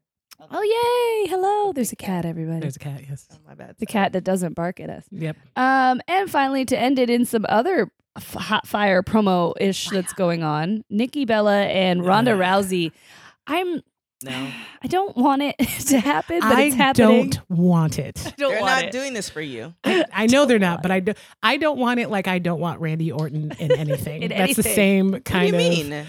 Speaker 1: Oh yay! Hello. There's a cat, everybody.
Speaker 2: There's a cat. Yes.
Speaker 3: Oh, my bad.
Speaker 1: The
Speaker 3: Sorry.
Speaker 1: cat that doesn't bark at us.
Speaker 2: Yep.
Speaker 1: Um, and finally, to end it in some other f- hot fire promo ish that's going on, Nikki Bella and Ronda
Speaker 2: Yeah.
Speaker 1: Rousey. I'm
Speaker 3: No,
Speaker 1: I don't want it to happen, but it's
Speaker 2: I
Speaker 1: happening.
Speaker 2: don't want it.
Speaker 1: don't
Speaker 3: they're not doing this for you.
Speaker 2: I, I know they're not, but I do. I don't want it like I don't want Randy Orton in anything.
Speaker 1: In
Speaker 2: That's the
Speaker 1: anything.
Speaker 2: same
Speaker 3: What do
Speaker 2: kind
Speaker 3: you
Speaker 2: of.
Speaker 3: mean?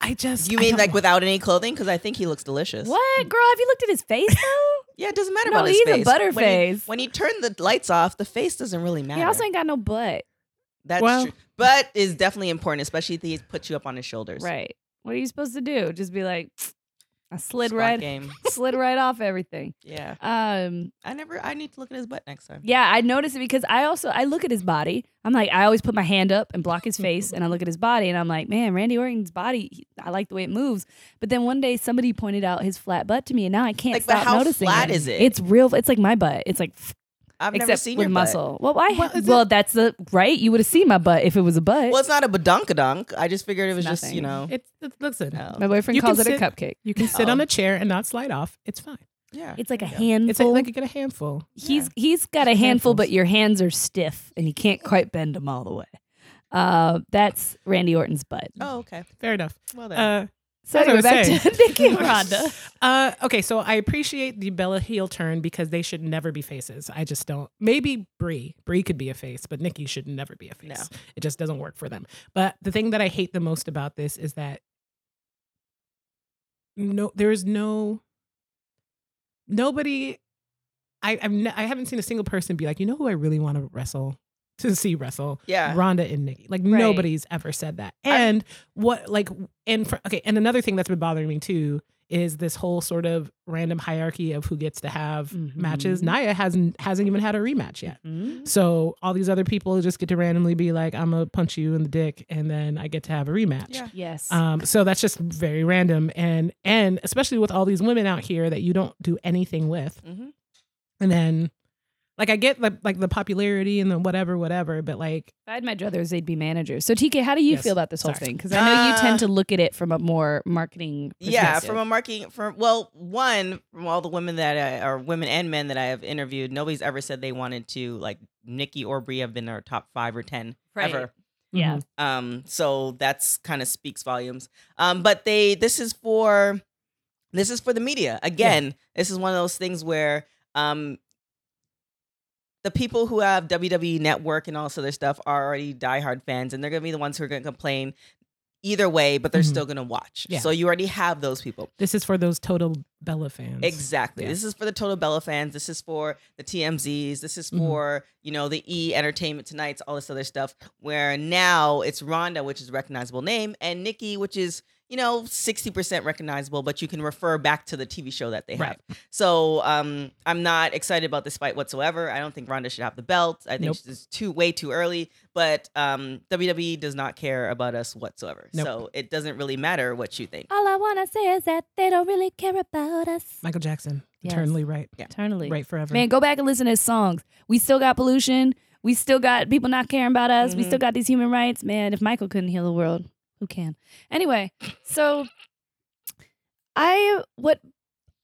Speaker 2: I just.
Speaker 3: You
Speaker 2: I
Speaker 3: mean
Speaker 2: don't
Speaker 3: like
Speaker 2: want-
Speaker 3: without any clothing? Because I think he looks delicious.
Speaker 1: what girl? Have you looked at his face though?
Speaker 3: Yeah, it doesn't matter
Speaker 1: No,
Speaker 3: about his
Speaker 1: he's a
Speaker 3: face.
Speaker 1: butter
Speaker 3: When he-
Speaker 1: face.
Speaker 3: When he turned the lights off, the face doesn't really matter.
Speaker 1: he also ain't got no butt,
Speaker 3: That's
Speaker 2: Well-
Speaker 3: true. But is definitely important, especially if he puts you up on his shoulders.
Speaker 1: right? What are you supposed to do? Just be like, I slid
Speaker 3: Squat
Speaker 1: right,
Speaker 3: game.
Speaker 1: slid right off everything.
Speaker 3: Yeah.
Speaker 1: Um,
Speaker 3: I never I need to look at his butt next time.
Speaker 1: Yeah, I noticed it because I also I look at his body. I'm like, I always put my hand up and block his face, and I look at his body, and I'm like, man, Randy Orton's body. he- I like the way it moves. But then one day somebody pointed out his flat butt to me, and now I can't
Speaker 3: Like, but
Speaker 1: stop
Speaker 3: how
Speaker 1: noticing.
Speaker 3: flat
Speaker 1: it.
Speaker 3: is it?
Speaker 1: It's real. It's like my butt. It's like
Speaker 3: I've never
Speaker 1: except
Speaker 3: seen
Speaker 1: with
Speaker 3: your muscle.
Speaker 1: muscle. Well, I
Speaker 2: Well,
Speaker 1: well,
Speaker 2: is it-
Speaker 1: that's the right. You would have seen my butt if it was a butt.
Speaker 3: Well, it's not a badonkadonk. I just figured it was just,
Speaker 1: Nothing.
Speaker 3: you know.
Speaker 2: It's it, listen.
Speaker 3: no.
Speaker 1: my boyfriend
Speaker 2: you can
Speaker 1: calls it a
Speaker 2: sit-
Speaker 1: cupcake.
Speaker 2: You can sit
Speaker 3: Uh, Oh.
Speaker 2: on a chair and not slide off. It's fine.
Speaker 3: Yeah.
Speaker 1: It's like a
Speaker 3: Yeah.
Speaker 1: handful.
Speaker 2: It's like, like you get a handful.
Speaker 1: he's he's got a handful,
Speaker 2: Handfuls.
Speaker 1: but your hands are stiff, and you can't quite bend them all the way. Uh, that's Randy Orton's butt.
Speaker 3: Oh, okay.
Speaker 2: Fair enough.
Speaker 3: Well then.
Speaker 2: Uh,
Speaker 1: So
Speaker 2: That's
Speaker 1: anyway,
Speaker 2: what I
Speaker 1: back
Speaker 2: was
Speaker 1: to Nikki and Rhonda.
Speaker 2: Uh, okay, so I appreciate the Bella heel turn because they should never be faces. I just don't. Maybe Brie, Brie could be a face, but Nikki should never be a face.
Speaker 3: No.
Speaker 2: It just doesn't work for them. But the thing that I hate the most about this is that no, there is no nobody. I I've ne- I haven't seen a single person be like, you know who I really want to wrestle to see wrestle
Speaker 3: yeah.
Speaker 2: Rhonda and Nikki. Like
Speaker 1: Right.
Speaker 2: nobody's ever said that.
Speaker 3: I-
Speaker 2: And what like and for, okay, and another thing that's been bothering me too is this whole sort of random hierarchy of who gets to have
Speaker 1: Mhm.
Speaker 3: Mm-hmm.
Speaker 2: matches. Naya hasn't hasn't even had a rematch yet.
Speaker 1: Mm-hmm.
Speaker 2: So all these other people just get to randomly be like, I'm gonna punch you in the dick and then I get to have a rematch.
Speaker 3: Yeah.
Speaker 1: Yes.
Speaker 2: Um, so that's just very random and and especially with all these women out here that you don't do anything with
Speaker 3: hmm
Speaker 2: and then like I get like like the popularity and the whatever whatever but like
Speaker 1: if I had my druthers, they'd be managers. So TK, how do you
Speaker 2: Yes.
Speaker 1: feel about this whole
Speaker 2: Sorry.
Speaker 1: thing? Because I know you
Speaker 3: Uh,
Speaker 1: tend to look at it from a more marketing.
Speaker 3: Yeah,
Speaker 1: perspective.
Speaker 3: from a marketing from well, one from all the women that I, or women and men that I have interviewed, nobody's ever said they wanted to like Nikki or Brie have been our top 5 or 10
Speaker 1: Right.
Speaker 3: ever.
Speaker 1: Yeah.
Speaker 3: Um, so that's kind of speaks volumes. Um, but they this is for this is for the media. Again, this is one of those things where um the people who have E WWE Network and all this other stuff are already diehard fans, and they're gonna be the ones who are gonna complain. either way, but they're
Speaker 2: Mhm.
Speaker 3: still gonna watch.
Speaker 2: Yeah.
Speaker 3: So you already have those people.
Speaker 2: This is for those total Bella fans.
Speaker 3: Exactly.
Speaker 2: Yeah.
Speaker 3: This is for the Total Bella fans. This is for the TMZs. This is
Speaker 2: Mhm.
Speaker 3: for, you know, the E Entertainment Tonight's, all this other stuff, where now it's Rhonda, which is a recognizable name, and Nikki, which is, you know, 60% recognizable, but you can refer back to the TV show that they
Speaker 2: Right.
Speaker 3: have. So um, I'm not excited about this fight whatsoever. I don't think Rhonda should have the belt. I think
Speaker 2: Nope.
Speaker 3: it's too way too early, but um, WWE does not care about us whatsoever.
Speaker 2: Nope.
Speaker 3: So it doesn't really matter what you think.
Speaker 1: All I want to say is that they don't really care about us.
Speaker 2: Michael Jackson,
Speaker 1: Yes.
Speaker 2: eternally right,
Speaker 1: Eternally.
Speaker 2: right forever.
Speaker 1: Man, go back and listen to his songs. We still got pollution. We still got people not caring about us. We
Speaker 3: Mhm.
Speaker 1: still got these human rights. Man, if Michael couldn't heal the world, who can? Anyway, so I what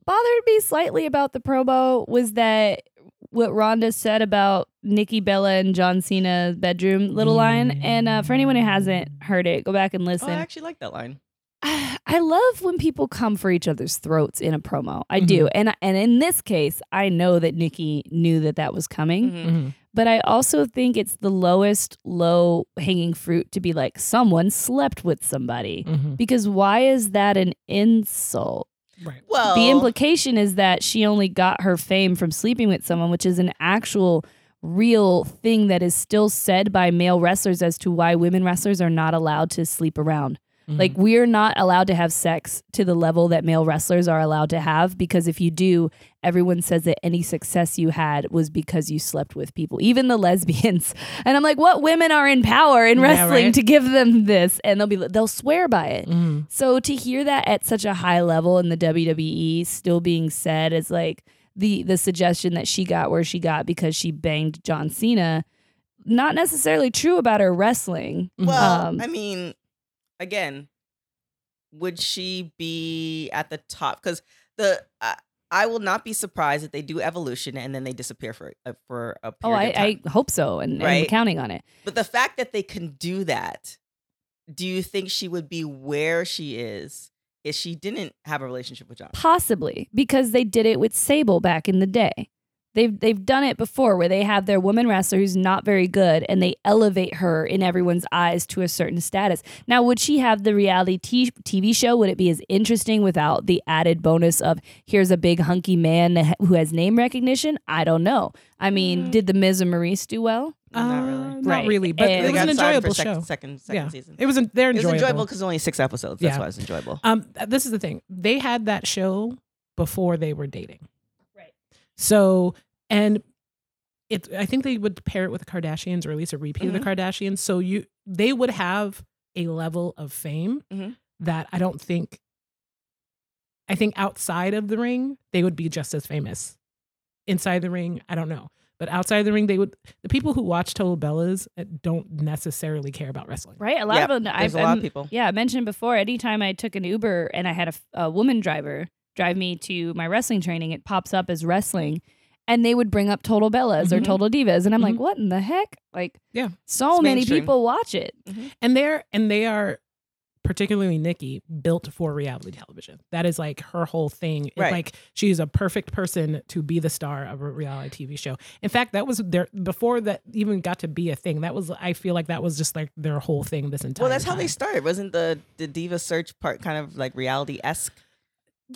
Speaker 1: bothered me slightly about the promo was that what Rhonda said about Nikki Bella and John Cena's bedroom little line. And uh, for anyone who hasn't heard it, go back and
Speaker 3: Oh, I
Speaker 1: listen.
Speaker 3: actually like that line.
Speaker 1: I love when people come for each other's throats in a promo. I do, and and in this case, I know that Nikki knew that that was
Speaker 3: Mm-hmm.
Speaker 1: coming,
Speaker 2: Mhm.
Speaker 1: but I also think it's the lowest low hanging fruit to be like someone slept with somebody
Speaker 2: Mhm.
Speaker 1: because why is that an insult?
Speaker 2: Right.
Speaker 3: Well,
Speaker 1: The implication is that she only got her fame from sleeping with someone, which is an actual real thing that is still said by male wrestlers as to why women wrestlers are not allowed to sleep around.
Speaker 2: Mhm.
Speaker 3: Mm.
Speaker 1: Like we're not allowed to have sex to the level that male wrestlers are allowed to have because if you do, everyone says that any success you had was because you slept with people, even the lesbians. And I'm like, what women are in power in
Speaker 2: Yeah,
Speaker 1: wrestling
Speaker 2: right.
Speaker 1: to give them this? And they'll be they'll swear by
Speaker 3: Mm.
Speaker 1: it.
Speaker 2: Mhm.
Speaker 1: So to hear that at such a high level in the WWE still being said is like the the suggestion that she got where she got because she banged John Cena, not necessarily true about her wrestling.
Speaker 2: mm-hmm.
Speaker 3: Well,
Speaker 1: Um,
Speaker 3: I mean, again, would she be at the top? Because the I I will not be surprised if they do evolution and then they disappear for uh, for a
Speaker 1: Oh,
Speaker 3: period of time.
Speaker 1: I, I hope so, and, and I'm
Speaker 3: Right.
Speaker 1: counting on it.
Speaker 3: But the fact that they can do that, do you think she would be where she is if she didn't have a relationship with John?
Speaker 1: Possibly because they did it with Sable back in the day. They've they've done it before where they have their woman wrestler who's not very good and they elevate her in everyone's eyes to a certain status. Now, would she have the reality t- TV show? Would it be as interesting without the added bonus of here's a big hunky man that ha- who has name recognition? I don't know. I mean,
Speaker 3: Mm.
Speaker 1: did the Miz and Maurice do really?
Speaker 3: Not really.
Speaker 2: Uh,
Speaker 1: Right.
Speaker 2: Not really, but
Speaker 1: And-
Speaker 2: it
Speaker 3: They
Speaker 2: was
Speaker 3: got
Speaker 2: an
Speaker 3: signed for
Speaker 2: enjoyable
Speaker 3: sec-
Speaker 2: show.
Speaker 3: Second, second
Speaker 2: Yeah.
Speaker 3: season.
Speaker 2: It was an, they're
Speaker 3: It was
Speaker 2: enjoyable.
Speaker 3: enjoyable because only six episodes. That's
Speaker 2: Yeah.
Speaker 3: why it was enjoyable.
Speaker 2: Um, th- this is the thing. They had that show before they were dating.
Speaker 1: Right.
Speaker 2: So, and it, I think they would pair it with the Kardashians or at least a repeat of the Kardashians. So you, they would have a level of fame
Speaker 3: Mhm.
Speaker 2: that I don't think, I think outside of the ring, they would be just as famous. Inside the ring, I don't know. But outside the ring, they would, the people who watch Total Bellas uh, don't necessarily care about wrestling.
Speaker 1: Right? A lot
Speaker 3: Yeah,
Speaker 1: of them.
Speaker 3: There's
Speaker 1: I've,
Speaker 3: a lot
Speaker 1: I'm-
Speaker 3: of people.
Speaker 1: Yeah, I mentioned before, anytime I took an Uber and I had a, f- a woman driver drive me to my wrestling training, it pops up as wrestling. And they would bring up Total Bellas or
Speaker 2: Mhm.
Speaker 1: Total Divas. And I'm like,
Speaker 2: Mhm.
Speaker 1: what in the heck? Like,
Speaker 2: Yeah.
Speaker 1: so
Speaker 3: Mm-hmm. It's
Speaker 1: many
Speaker 3: mainstream.
Speaker 1: people watch it.
Speaker 2: and they're and they are particularly Nikki built for reality television. That is like her whole thing. It's
Speaker 3: Right.
Speaker 2: Like she's a perfect person to be the star of a reality TV show. In fact, that was their before that even got to be a thing. That was I feel like that was just like their whole thing this entire
Speaker 3: Well, that's how they
Speaker 2: time.
Speaker 3: started. Wasn't the the diva search part kind of like reality esque?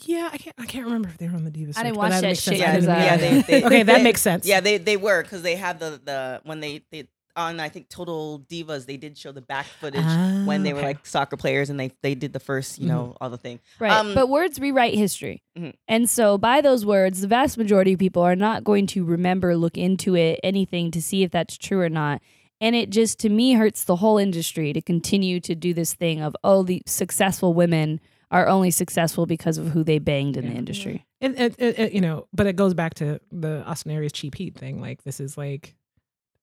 Speaker 2: Yeah, I can't I can't remember if they were on the Divas.
Speaker 1: I didn't
Speaker 2: Search, but
Speaker 1: watch that
Speaker 2: makes
Speaker 1: shit
Speaker 2: sense. I didn't-
Speaker 1: because, uh,
Speaker 2: yeah,
Speaker 1: Yeah,
Speaker 3: they- they-
Speaker 2: Okay, that
Speaker 3: they-
Speaker 2: makes sense.
Speaker 3: Yeah, they they were because they had the the when they they on I think Total Divas they did show the back footage
Speaker 2: Ah,
Speaker 3: when they were
Speaker 2: okay. Mm-hmm.
Speaker 3: like soccer players and they they did the first you know all the thing.
Speaker 1: Right.
Speaker 3: Um,
Speaker 1: but words rewrite history.
Speaker 3: Mhm.
Speaker 1: And so, by those words, the vast majority of people are not going to remember, look into it, anything to see if that's true or not. And it just, to me, hurts the whole industry to continue to do this thing of, oh, the successful women are only successful because of who they banged in the
Speaker 2: Yeah.
Speaker 1: industry.
Speaker 2: And, and, and- and, you know, but it goes back to the Austin Aries cheap heat thing. Like this is like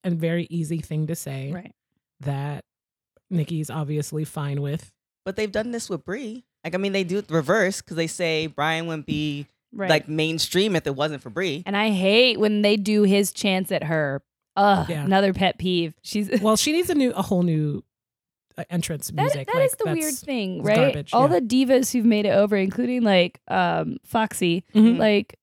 Speaker 2: a very easy thing to say
Speaker 1: Right.
Speaker 2: that Nikki's obviously fine with.
Speaker 3: But they've done this with Brie. Like I mean, they do it reverse because they say Brian wouldn't be
Speaker 1: Right.
Speaker 3: like mainstream if it wasn't for Brie.
Speaker 1: and I hate when they do his chance at her. Ugh,
Speaker 2: Yeah.
Speaker 1: another pet peeve. She's
Speaker 2: Well, she needs a new, a whole new uh, entrance
Speaker 1: That,
Speaker 2: music.
Speaker 1: that
Speaker 2: like,
Speaker 1: is the weird
Speaker 2: that's-
Speaker 1: thing,
Speaker 2: it's
Speaker 1: right?
Speaker 2: garbage,
Speaker 1: All
Speaker 2: yeah.
Speaker 1: the divas who've made it over, including like um, Foxy,
Speaker 2: Mhm.
Speaker 1: like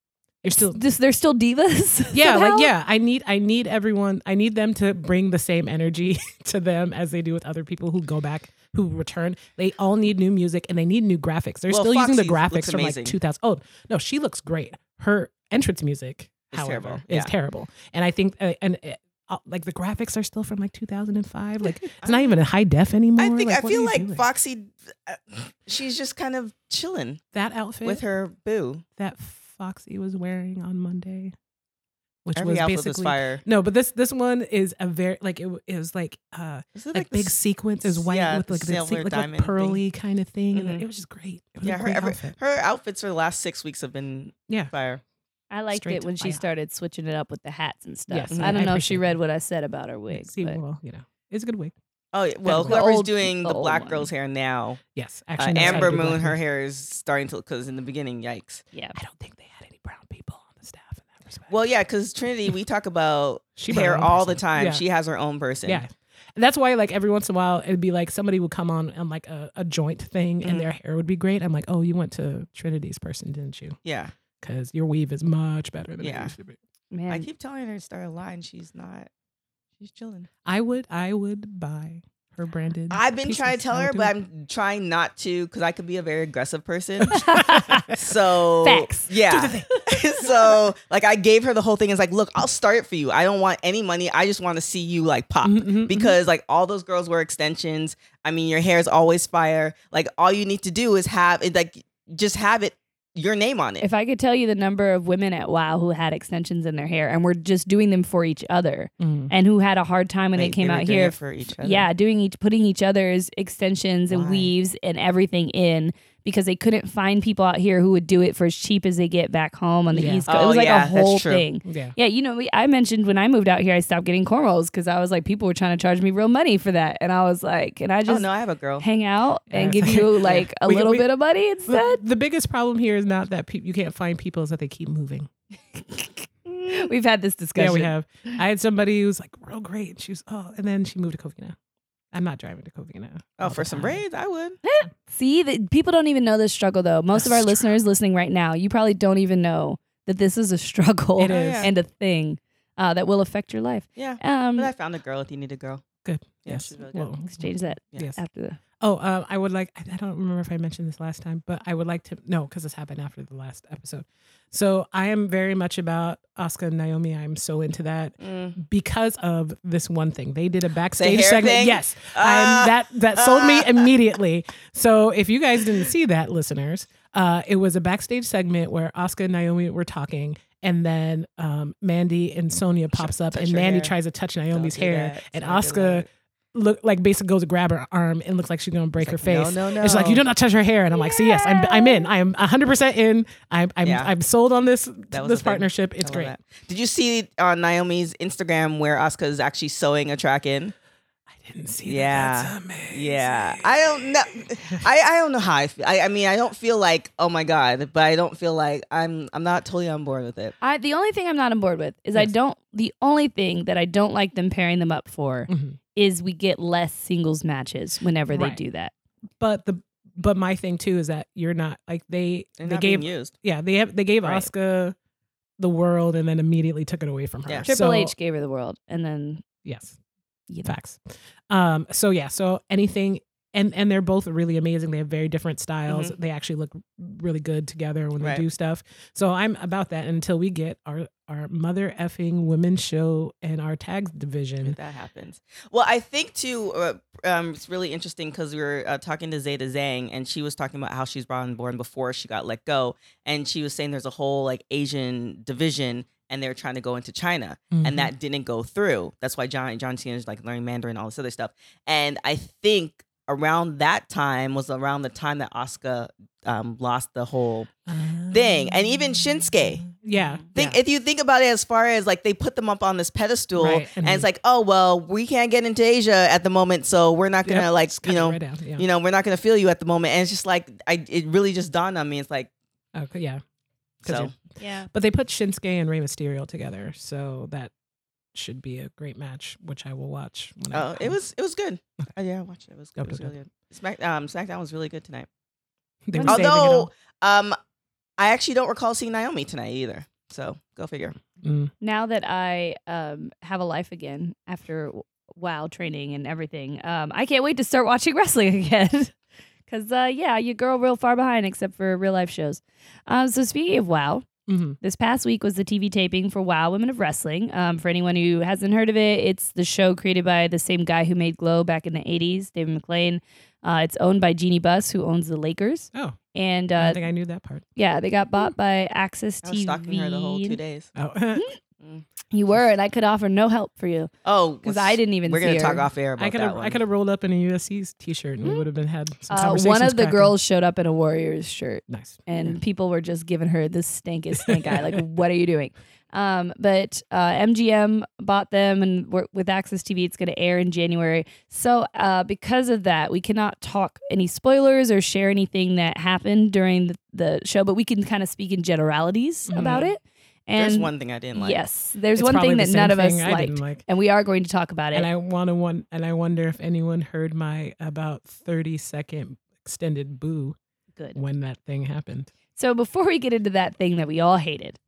Speaker 2: You're still,
Speaker 1: this, they're still divas.
Speaker 2: yeah,
Speaker 1: somehow?
Speaker 2: like yeah. I need, I need everyone. I need them to bring the same energy to them as they do with other people who go back who return, they all need new music and they need new graphics. They're
Speaker 3: Well,
Speaker 2: still using the
Speaker 3: Foxy looks
Speaker 2: graphics from
Speaker 3: amazing.
Speaker 2: like 2000. Oh, no, she looks great. Her entrance music,
Speaker 3: It's
Speaker 2: however,
Speaker 3: terrible.
Speaker 2: is
Speaker 3: Yeah.
Speaker 2: terrible. And I think, uh, and uh, uh, like the graphics are still from like 2005. Like it's not even a high def anymore.
Speaker 3: I think I
Speaker 2: what are
Speaker 3: feel
Speaker 2: you
Speaker 3: like
Speaker 2: doing?
Speaker 3: Foxy, uh, she's just kind of chilling
Speaker 2: that outfit
Speaker 3: with her boo.
Speaker 2: that Foxy was wearing on Monday, which
Speaker 3: Every
Speaker 2: was
Speaker 3: outfit was
Speaker 2: basically
Speaker 3: fire.
Speaker 2: no, but this this one is a very like it, w- it was like uh
Speaker 3: Is it
Speaker 2: like, big
Speaker 3: this-
Speaker 2: sequence is white
Speaker 3: yeah,
Speaker 2: with
Speaker 3: the
Speaker 2: like the
Speaker 3: silver
Speaker 2: se- like a
Speaker 3: diamond thing.
Speaker 2: pearly kind of thing, and
Speaker 3: Mhm.
Speaker 2: it was just great. It was
Speaker 3: Yeah,
Speaker 2: a
Speaker 3: her
Speaker 2: great
Speaker 3: every,
Speaker 2: outfit.
Speaker 3: her outfits for the last six weeks have been
Speaker 2: Yeah.
Speaker 3: fire.
Speaker 1: I liked
Speaker 2: Straight
Speaker 1: it when
Speaker 2: to
Speaker 1: she
Speaker 2: bio.
Speaker 1: started switching it up with the hats and stuff.
Speaker 2: Yes,
Speaker 1: I
Speaker 2: I
Speaker 1: don't know if she
Speaker 2: appreciate
Speaker 1: read
Speaker 2: that.
Speaker 1: what I said about her wig.
Speaker 2: See,
Speaker 1: but-
Speaker 2: well, you know, it's a good wig.
Speaker 3: Oh yeah, well,
Speaker 1: The
Speaker 3: whoever's
Speaker 1: old-
Speaker 3: doing
Speaker 1: the
Speaker 3: the
Speaker 1: old
Speaker 3: black
Speaker 1: one.
Speaker 3: girl's hair now,
Speaker 2: Yes,
Speaker 3: uh,
Speaker 2: actually, knows how to
Speaker 3: Amber
Speaker 2: do black
Speaker 3: Moon, her
Speaker 2: wig.
Speaker 3: hair is starting to because in the beginning, yikes.
Speaker 1: yeah.
Speaker 2: I don't think they had any brown people on the staff in that respect.
Speaker 3: Well, yeah, because Trinity, we talk about
Speaker 2: she brought her
Speaker 3: hair
Speaker 2: own
Speaker 3: all the
Speaker 2: person.
Speaker 3: time.
Speaker 2: Yeah.
Speaker 3: She has her own person.
Speaker 2: Yeah. And that's why, like, every once in a while, it'd be like somebody would come on on like a, a joint thing
Speaker 3: Mhm.
Speaker 2: and their hair would be great. I'm like, oh, you went to Trinity's person, didn't you?
Speaker 3: yeah.
Speaker 2: Because your weave is much better than
Speaker 3: Yeah.
Speaker 2: it used to be.
Speaker 1: Man.
Speaker 3: I keep telling her to start a line. She's not. She's chilling.
Speaker 2: I would, I would buy her branded.
Speaker 3: I've been trying to
Speaker 2: pieces.
Speaker 3: tell
Speaker 2: I would
Speaker 3: her,
Speaker 2: do it.
Speaker 3: but I'm trying not to because I could be a very aggressive person.
Speaker 1: Facts.
Speaker 3: So
Speaker 2: Do
Speaker 3: Yeah.
Speaker 2: the thing.
Speaker 3: so like I gave her the whole thing. It's like, look, I'll start it for you. I don't want any money. I just want to see you like pop.
Speaker 2: Mhm, mhm,
Speaker 3: Because like all those girls wear extensions. I mean, your hair is always fire. Like all you need to do is have it like just have it your name on it.
Speaker 1: If I could tell you the number of women at WoW who had extensions in their hair and were just doing them for each other
Speaker 2: mhm. Mm.
Speaker 1: and who had a hard time when they, came
Speaker 3: were
Speaker 1: out
Speaker 3: doing
Speaker 1: here
Speaker 3: it for each other.
Speaker 1: yeah, doing each putting each other's extensions and
Speaker 3: Why?
Speaker 1: weaves and everything in because they couldn't find people out here who would do it for as cheap as they get back home on the
Speaker 2: Yeah.
Speaker 1: East Coast. it
Speaker 3: Oh,
Speaker 1: was like a
Speaker 3: yeah, that's
Speaker 1: whole
Speaker 3: true.
Speaker 1: thing.
Speaker 2: yeah.
Speaker 1: Yeah, you know, we, I mentioned when I moved out here, I stopped getting cornrows because I was like, people were trying to charge me real money for that, and I was like, can I
Speaker 3: Oh
Speaker 1: just
Speaker 3: no, I have a girl.
Speaker 1: hang out and
Speaker 2: Yeah.
Speaker 1: give you like a
Speaker 2: We can-
Speaker 1: little
Speaker 2: we-
Speaker 1: bit of money
Speaker 2: The,
Speaker 1: instead?
Speaker 2: the biggest problem here is not that peop you can't find people; is that they keep moving.
Speaker 1: We've had this discussion.
Speaker 2: Yeah, we have. I had somebody who was like real great. and She was oh, and then she moved to Covina. I'm not driving to Covina.
Speaker 3: Oh,
Speaker 2: all the
Speaker 3: for some
Speaker 2: time.
Speaker 3: braids, I would.
Speaker 1: See, the, people don't even know this struggle though. Most of
Speaker 2: The
Speaker 1: our
Speaker 2: struggle.
Speaker 1: listeners listening right now, you probably don't even know that this is a struggle
Speaker 2: It is.
Speaker 1: and a thing uh, that will affect your life.
Speaker 3: Yeah.
Speaker 1: Um,
Speaker 2: Mm.
Speaker 3: But I found a girl if you need a girl.
Speaker 2: Good.
Speaker 3: Yeah,
Speaker 2: yes.
Speaker 3: she's really good.
Speaker 2: Well,
Speaker 1: exchange that
Speaker 3: Yeah.
Speaker 2: Yes.
Speaker 1: after the.
Speaker 2: Oh, um, I would like. I I don't remember if I mentioned this last time, but I would like to. No, because this happened after the last episode. So I am very much about Oscar and Naomi. I'm so into that Mm. because of this one thing they did a backstage
Speaker 3: hair
Speaker 2: segment.
Speaker 3: thing?
Speaker 2: Yes,
Speaker 3: Uh,
Speaker 2: I'm, that that sold me immediately. So if you guys didn't see that, listeners, uh, it was a backstage segment where Oscar and Naomi were talking. And then um, Mandy and Sonia pops up,
Speaker 3: touch
Speaker 2: and
Speaker 3: her
Speaker 2: Mandy
Speaker 3: hair.
Speaker 2: tries to touch Naomi's
Speaker 3: Don't do
Speaker 2: hair,
Speaker 3: that.
Speaker 2: and
Speaker 3: Don't do
Speaker 2: Oscar
Speaker 3: that.
Speaker 2: look like basically goes to grab her arm and looks like she's gonna break
Speaker 3: It's
Speaker 2: her
Speaker 3: like,
Speaker 2: face.
Speaker 3: No, no, no.
Speaker 2: It's like you do not touch her hair, and I'm like, see, yes, I'm I'm in. I'm 100 percent in. I'm I'm
Speaker 3: Yeah.
Speaker 2: I'm sold on this
Speaker 3: was
Speaker 2: this
Speaker 3: the thing.
Speaker 2: partnership.
Speaker 3: I
Speaker 2: It's
Speaker 3: love
Speaker 2: great.
Speaker 3: that. Did you see on Naomi's Instagram where Asuka is actually sewing a track in?
Speaker 2: I didn't see. that.
Speaker 3: Yeah.
Speaker 2: That's amazing.
Speaker 3: Yeah, I don't know. I, I don't know how I feel. I, I mean, I don't feel like oh my god, but I don't feel like I'm I'm not totally on board with it.
Speaker 1: I the only thing I'm not on board with is I
Speaker 2: Yes.
Speaker 1: don't the only thing that I don't like them pairing them up for
Speaker 2: Mhm.
Speaker 1: is we get less singles matches whenever
Speaker 2: Right.
Speaker 1: they do that.
Speaker 2: But the but my thing too is that you're not like they
Speaker 3: They're
Speaker 2: they
Speaker 3: not
Speaker 2: gave
Speaker 3: being used.
Speaker 2: yeah they have, they gave
Speaker 1: Right.
Speaker 2: Oscar the world and then immediately took it away from her.
Speaker 3: Yeah.
Speaker 1: Triple
Speaker 2: So-
Speaker 1: H gave her the world and then
Speaker 2: Yes.
Speaker 1: You know.
Speaker 2: Facts. Um, so yeah, so anything and and they're both really amazing. They have very different styles. They actually look really good together when they
Speaker 3: Mm-hmm. Right.
Speaker 2: do stuff. So I'm about that until we get our our mother effing women's show and our tag division.
Speaker 3: If that happens. Well, I think too. Uh, um, it's really interesting because we were uh, talking to Zeta Zhang, and she was talking about how she's brought on board before she got let go, and she was saying there's a whole like Asian division, and they're trying to go into China.
Speaker 2: Mm-hmm.
Speaker 3: and that didn't go through. That's why John John Cena is like learning Mandarin, all this other stuff. And I think around that time was around the time that Oscar um, lost the whole
Speaker 2: Mhm.
Speaker 3: thing. And even Shinsuke.
Speaker 2: Yeah.
Speaker 3: think.
Speaker 2: yeah.
Speaker 3: If you think about it, as far as like they put them up on this pedestal,
Speaker 2: Right,
Speaker 3: and
Speaker 2: and
Speaker 3: it's
Speaker 2: they-
Speaker 3: like, oh well, we can't get into Asia at the moment, so we're not gonna
Speaker 2: Yep,
Speaker 3: like
Speaker 2: just cut
Speaker 3: you
Speaker 2: it
Speaker 3: know.
Speaker 2: right out. Yeah.
Speaker 3: You know, we're not gonna feel you at the moment, and it's just like I. It really just dawned on me. It's like
Speaker 2: okay, yeah. 'Cause
Speaker 3: so.
Speaker 2: you're-
Speaker 1: Yeah.
Speaker 2: But they put Shinsuke and Rey Mysterio together, so that should be a great match, which I will watch when I
Speaker 3: Oh,
Speaker 2: get
Speaker 3: it
Speaker 2: home.
Speaker 3: was it was good. Uh, yeah, I watched it. It was good. It
Speaker 2: Dope,
Speaker 3: was
Speaker 2: dope,
Speaker 3: really good. Smack, um, SmackDown was really good tonight.
Speaker 2: They were saving it
Speaker 3: Although,
Speaker 2: all.
Speaker 3: um, I actually don't recall seeing Naomi tonight either. So go figure.
Speaker 2: Mm.
Speaker 1: Now that I um have a life again after wow training and everything. Um, I can't wait to start watching wrestling again. Cause uh, yeah, you girl real far behind except for real life shows. Um, so speaking of wow,
Speaker 2: hmm
Speaker 1: this past week was the TV taping for Wow Women of Wrestling. Um, for anyone who hasn't heard of it, it's the show created by the same guy who made Glow back in the '80s, David McLean. Uh, it's owned by Jeannie Buss, who owns the Lakers,
Speaker 2: Oh,
Speaker 1: and
Speaker 2: I
Speaker 1: uh,
Speaker 2: don't think I knew that part.
Speaker 1: yeah, they got bought by Access
Speaker 3: I was
Speaker 1: TV.
Speaker 3: stalking her the whole two days.
Speaker 2: Oh,
Speaker 1: You were, and I could offer no help for you
Speaker 3: Oh,
Speaker 1: because
Speaker 3: well,
Speaker 1: I didn't even.
Speaker 3: We're gonna
Speaker 1: see
Speaker 3: talk
Speaker 1: her.
Speaker 3: off air about
Speaker 2: I could
Speaker 3: that
Speaker 2: have
Speaker 3: one.
Speaker 2: I could have rolled up in a USC's t-shirt and we would have been had some
Speaker 1: Hmm. Uh,
Speaker 2: conversations.
Speaker 1: one of the
Speaker 2: cracking.
Speaker 1: girls showed up in a Warriors shirt.
Speaker 2: Nice.
Speaker 1: and people were just giving her the stinkest stink eye. Like, what are you doing? Um, but uh, MGM bought them, and we with Access TV, it's going to air in January. So, uh, because of that, we cannot talk any spoilers or share anything that happened during the, the show, but we can kind of speak in generalities
Speaker 2: Mhm.
Speaker 1: about it. And
Speaker 3: There's one thing I didn't like.
Speaker 1: yes, there's
Speaker 2: It's
Speaker 1: one
Speaker 2: probably
Speaker 1: thing
Speaker 2: the
Speaker 1: that
Speaker 2: same
Speaker 1: none of us
Speaker 2: thing I
Speaker 1: liked,
Speaker 2: didn't like.
Speaker 1: and we are going to talk about it.
Speaker 2: And I want to one and I wonder if anyone heard my about 30 second extended boo
Speaker 1: Good.
Speaker 2: when that thing happened.
Speaker 1: So before we get into that thing that we all hated,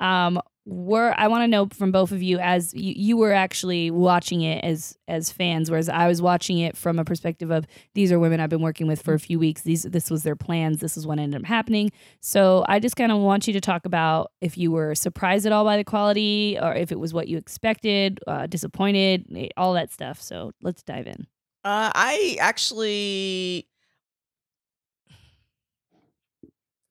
Speaker 1: um, were I want to know from both of you as you, you were actually watching it as as fans, whereas I was watching it from a perspective of these are women I've been working with for a few weeks. These this was their plans. This is what ended up happening. So I just kind of want you to talk about if you were surprised at all by the quality, or if it was what you expected, uh, disappointed, eh, all that stuff. So let's dive in.
Speaker 3: Uh, I actually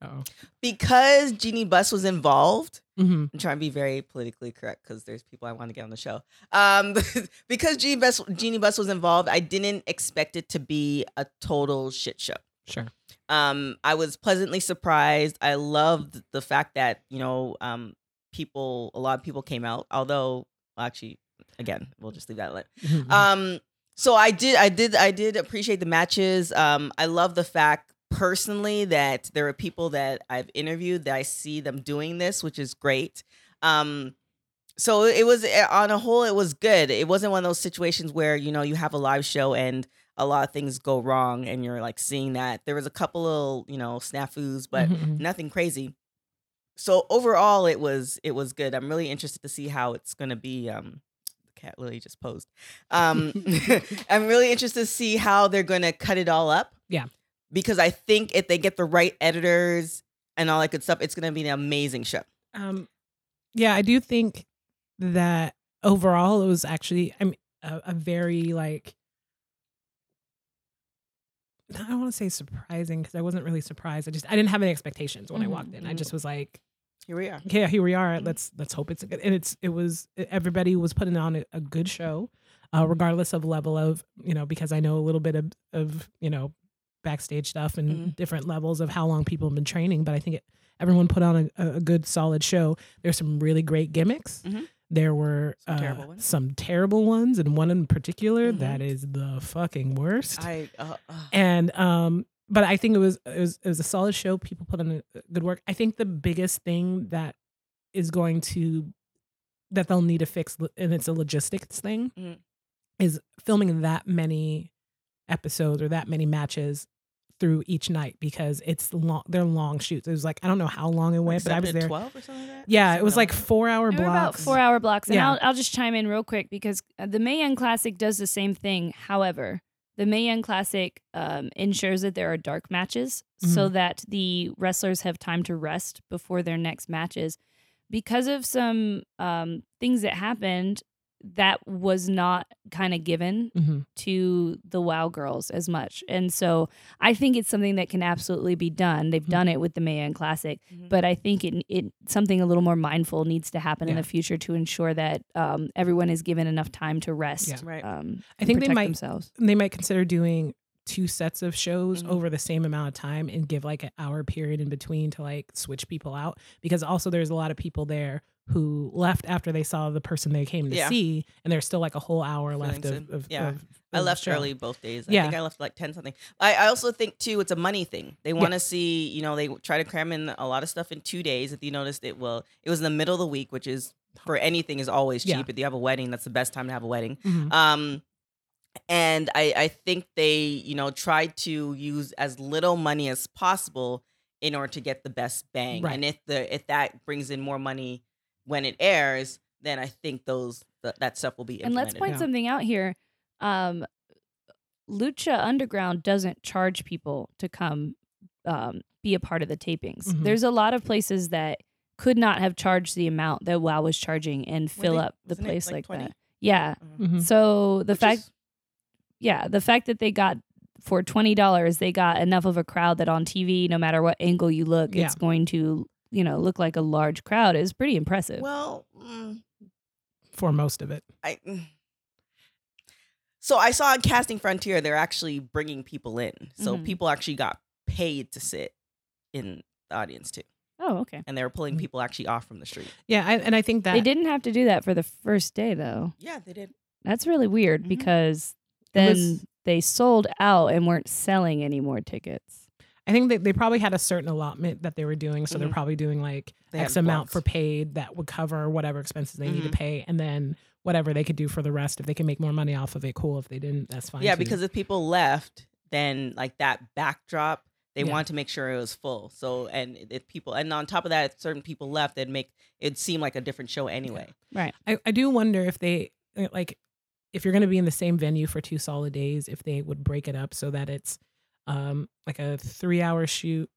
Speaker 2: Oh.
Speaker 3: because Jeannie Buss was involved.
Speaker 2: hmm
Speaker 3: I'm trying to be very politically correct because there's people I want to get on the show. Um, because Jeannie Buss, Jeannie Buss was involved, I didn't expect it to be a total shit show.
Speaker 2: Sure.
Speaker 3: Um, I was pleasantly surprised. I loved the fact that you know, um, people, a lot of people came out. Although, actually, again, we'll just leave that alone.
Speaker 2: Mhm.
Speaker 3: Um, so I did, I did, I did appreciate the matches. Um, I love the fact personally that there are people that I've interviewed that I see them doing this, which is great. Um, so it was eh, on a whole, it was good. It wasn't one of those situations where you know you have a live show and a lot of things go wrong, and you're like seeing that. There was a couple of you know snafus, but
Speaker 2: Mhm.
Speaker 3: nothing crazy. So overall, it was it was good. I'm really interested to see how it's gonna be. Um, the cat literally just posed. Um, I'm really interested to see how they're gonna cut it all up.
Speaker 2: Yeah.
Speaker 3: because I think if they get the right editors and all that good stuff, it's gonna be an amazing show.
Speaker 2: Um, yeah, I do think that overall it was actually I mean, a, a very like I don't want to say surprising because I wasn't really surprised. I just I didn't have any expectations when
Speaker 1: Mhm,
Speaker 2: I walked in. I
Speaker 3: mhm.
Speaker 2: just was like,
Speaker 3: Here we are.
Speaker 2: okay, yeah, here we are.
Speaker 3: Mhm.
Speaker 2: Let's let's hope it's a good. And it's it was everybody was putting on a, a good show, uh, regardless of level of you know because I know a little bit of of you know backstage stuff and
Speaker 3: Mhm.
Speaker 2: different levels of how long people have been training. But I think it, everyone put on a, a good solid show. There's some really great gimmicks.
Speaker 3: Mhm.
Speaker 2: There were
Speaker 3: Some
Speaker 2: uh,
Speaker 3: terrible ones.
Speaker 2: some terrible ones, and one in particular
Speaker 3: Mhm.
Speaker 2: that is the fucking worst
Speaker 3: I uh, uh,
Speaker 2: and um but i think it was it was it was a solid show people put on a- good work i think the biggest thing that is going to that they'll need to fix lo- and it's a logistics thing
Speaker 1: Mm-hmm.
Speaker 3: Mhm.
Speaker 2: is filming that many episodes or that many matches through each night because it's long they're long shoots it was like i don't know how long it went but i was there
Speaker 3: Twelve or something like that.
Speaker 2: yeah it was
Speaker 3: Something
Speaker 2: like four hour
Speaker 1: They were about
Speaker 2: blocks
Speaker 1: four hour blocks. And
Speaker 2: Yeah.
Speaker 1: I'll, I'll just chime in real quick because uh, the Mae Young Classic does the same thing. However, the Mae Young Classic um, ensures that there are dark matches
Speaker 2: Mm-hmm.
Speaker 1: so that the wrestlers have time to rest before their next matches. Because of some um, things that happened, that was not kind of given
Speaker 2: Mhm.
Speaker 1: to the WoW girls as much. And so I think it's something that can absolutely be done. They've
Speaker 2: Mhm.
Speaker 1: done it with the Mayan Classic,
Speaker 2: Mm-hmm.
Speaker 3: Mhm.
Speaker 1: but I think it, it something a little more mindful needs to happen in
Speaker 2: Yeah.
Speaker 1: the future to ensure that um, everyone is given enough time to rest.
Speaker 2: Yeah.
Speaker 3: Right.
Speaker 1: Um,
Speaker 2: I think they
Speaker 1: protect
Speaker 2: might-
Speaker 1: themselves.
Speaker 2: they might consider doing two sets of shows
Speaker 3: Mhm.
Speaker 2: over the same amount of time and give like an hour period in between to like switch people out because also there's a lot of people there who left after they saw the person they came to
Speaker 3: Yeah.
Speaker 2: see and there's still like a whole hour left
Speaker 3: Feeling
Speaker 2: of,
Speaker 3: so-
Speaker 2: of
Speaker 3: yeah.
Speaker 2: of-
Speaker 3: I
Speaker 2: of
Speaker 1: Mm,
Speaker 3: left
Speaker 2: show.
Speaker 3: early both days. I
Speaker 2: Yeah.
Speaker 3: think I left like 10 something. I, I also think, too, it's a money thing. They want to see, you know, they try to cram in a lot of stuff in two days. If you noticed, it well, it was in the middle of the week, which is for anything is always cheap.
Speaker 2: Yeah.
Speaker 3: If you have a wedding, that's the best time to have a wedding.
Speaker 1: Mm-hmm.
Speaker 2: Mhm.
Speaker 3: Um, and I, I think they, you know, tried to use as little money as possible in order to get the best bang.
Speaker 2: Right.
Speaker 3: And if the if that brings in more money when it airs, then I think those th- that stuff will be
Speaker 1: And
Speaker 3: implemented.
Speaker 1: let's point
Speaker 2: Yeah.
Speaker 1: something out here. Um, Lucha Underground doesn't charge people to come um, be a part of the tapings.
Speaker 2: Mhm.
Speaker 1: There's a lot of places that could not have charged the amount that WoW was charging and
Speaker 3: Were
Speaker 1: fill
Speaker 3: they-
Speaker 1: up the
Speaker 3: wasn't it
Speaker 1: place
Speaker 3: like
Speaker 1: like,
Speaker 3: 20?
Speaker 1: that. Yeah.
Speaker 3: Uh-huh.
Speaker 2: Mhm.
Speaker 1: So the
Speaker 3: Which
Speaker 1: fact,
Speaker 3: is-
Speaker 1: yeah, the fact that they got for twenty dollars, they got enough of a crowd that on TV, no matter what angle you look,
Speaker 2: Yeah.
Speaker 1: it's going to you know look like a large crowd is pretty impressive.
Speaker 3: well, mm,
Speaker 2: for most of it.
Speaker 3: I. mm. So I saw on Casting Frontier they're actually bringing people in, so
Speaker 1: Mhm.
Speaker 3: people actually got paid to sit in the audience too,
Speaker 1: oh, okay.
Speaker 3: and they were pulling
Speaker 2: Mhm.
Speaker 3: people actually off from the street.
Speaker 2: Yeah, I, and I think that
Speaker 1: They didn't have to do that for the first day though.
Speaker 3: Yeah, they did.
Speaker 1: That's really weird
Speaker 3: Mhm.
Speaker 1: because
Speaker 2: Mm-hmm. It
Speaker 1: then
Speaker 2: was-
Speaker 1: they sold out and weren't selling any more tickets.
Speaker 2: I think that they probably had a certain allotment that they were doing, so they're
Speaker 3: Mhm.
Speaker 2: probably doing like
Speaker 3: They
Speaker 2: X
Speaker 3: had
Speaker 2: amount
Speaker 3: blocks.
Speaker 2: for paid that would cover whatever expenses they need to
Speaker 3: Mhm.
Speaker 2: pay, and then whatever they could do for the rest. If they can make more money off of it, cool. If they didn't, that's fine.
Speaker 3: Yeah,
Speaker 2: too.
Speaker 3: because if people left, then like that backdrop, they
Speaker 2: Yeah.
Speaker 3: wanted to make sure it was full. So and if people and on top of that, if certain people left, it'd make it seem like a different show anyway.
Speaker 2: I, I do wonder if they uh, like if you're going to be in the same venue for two solid days, if they would break it up so that it's um like a three hour shoot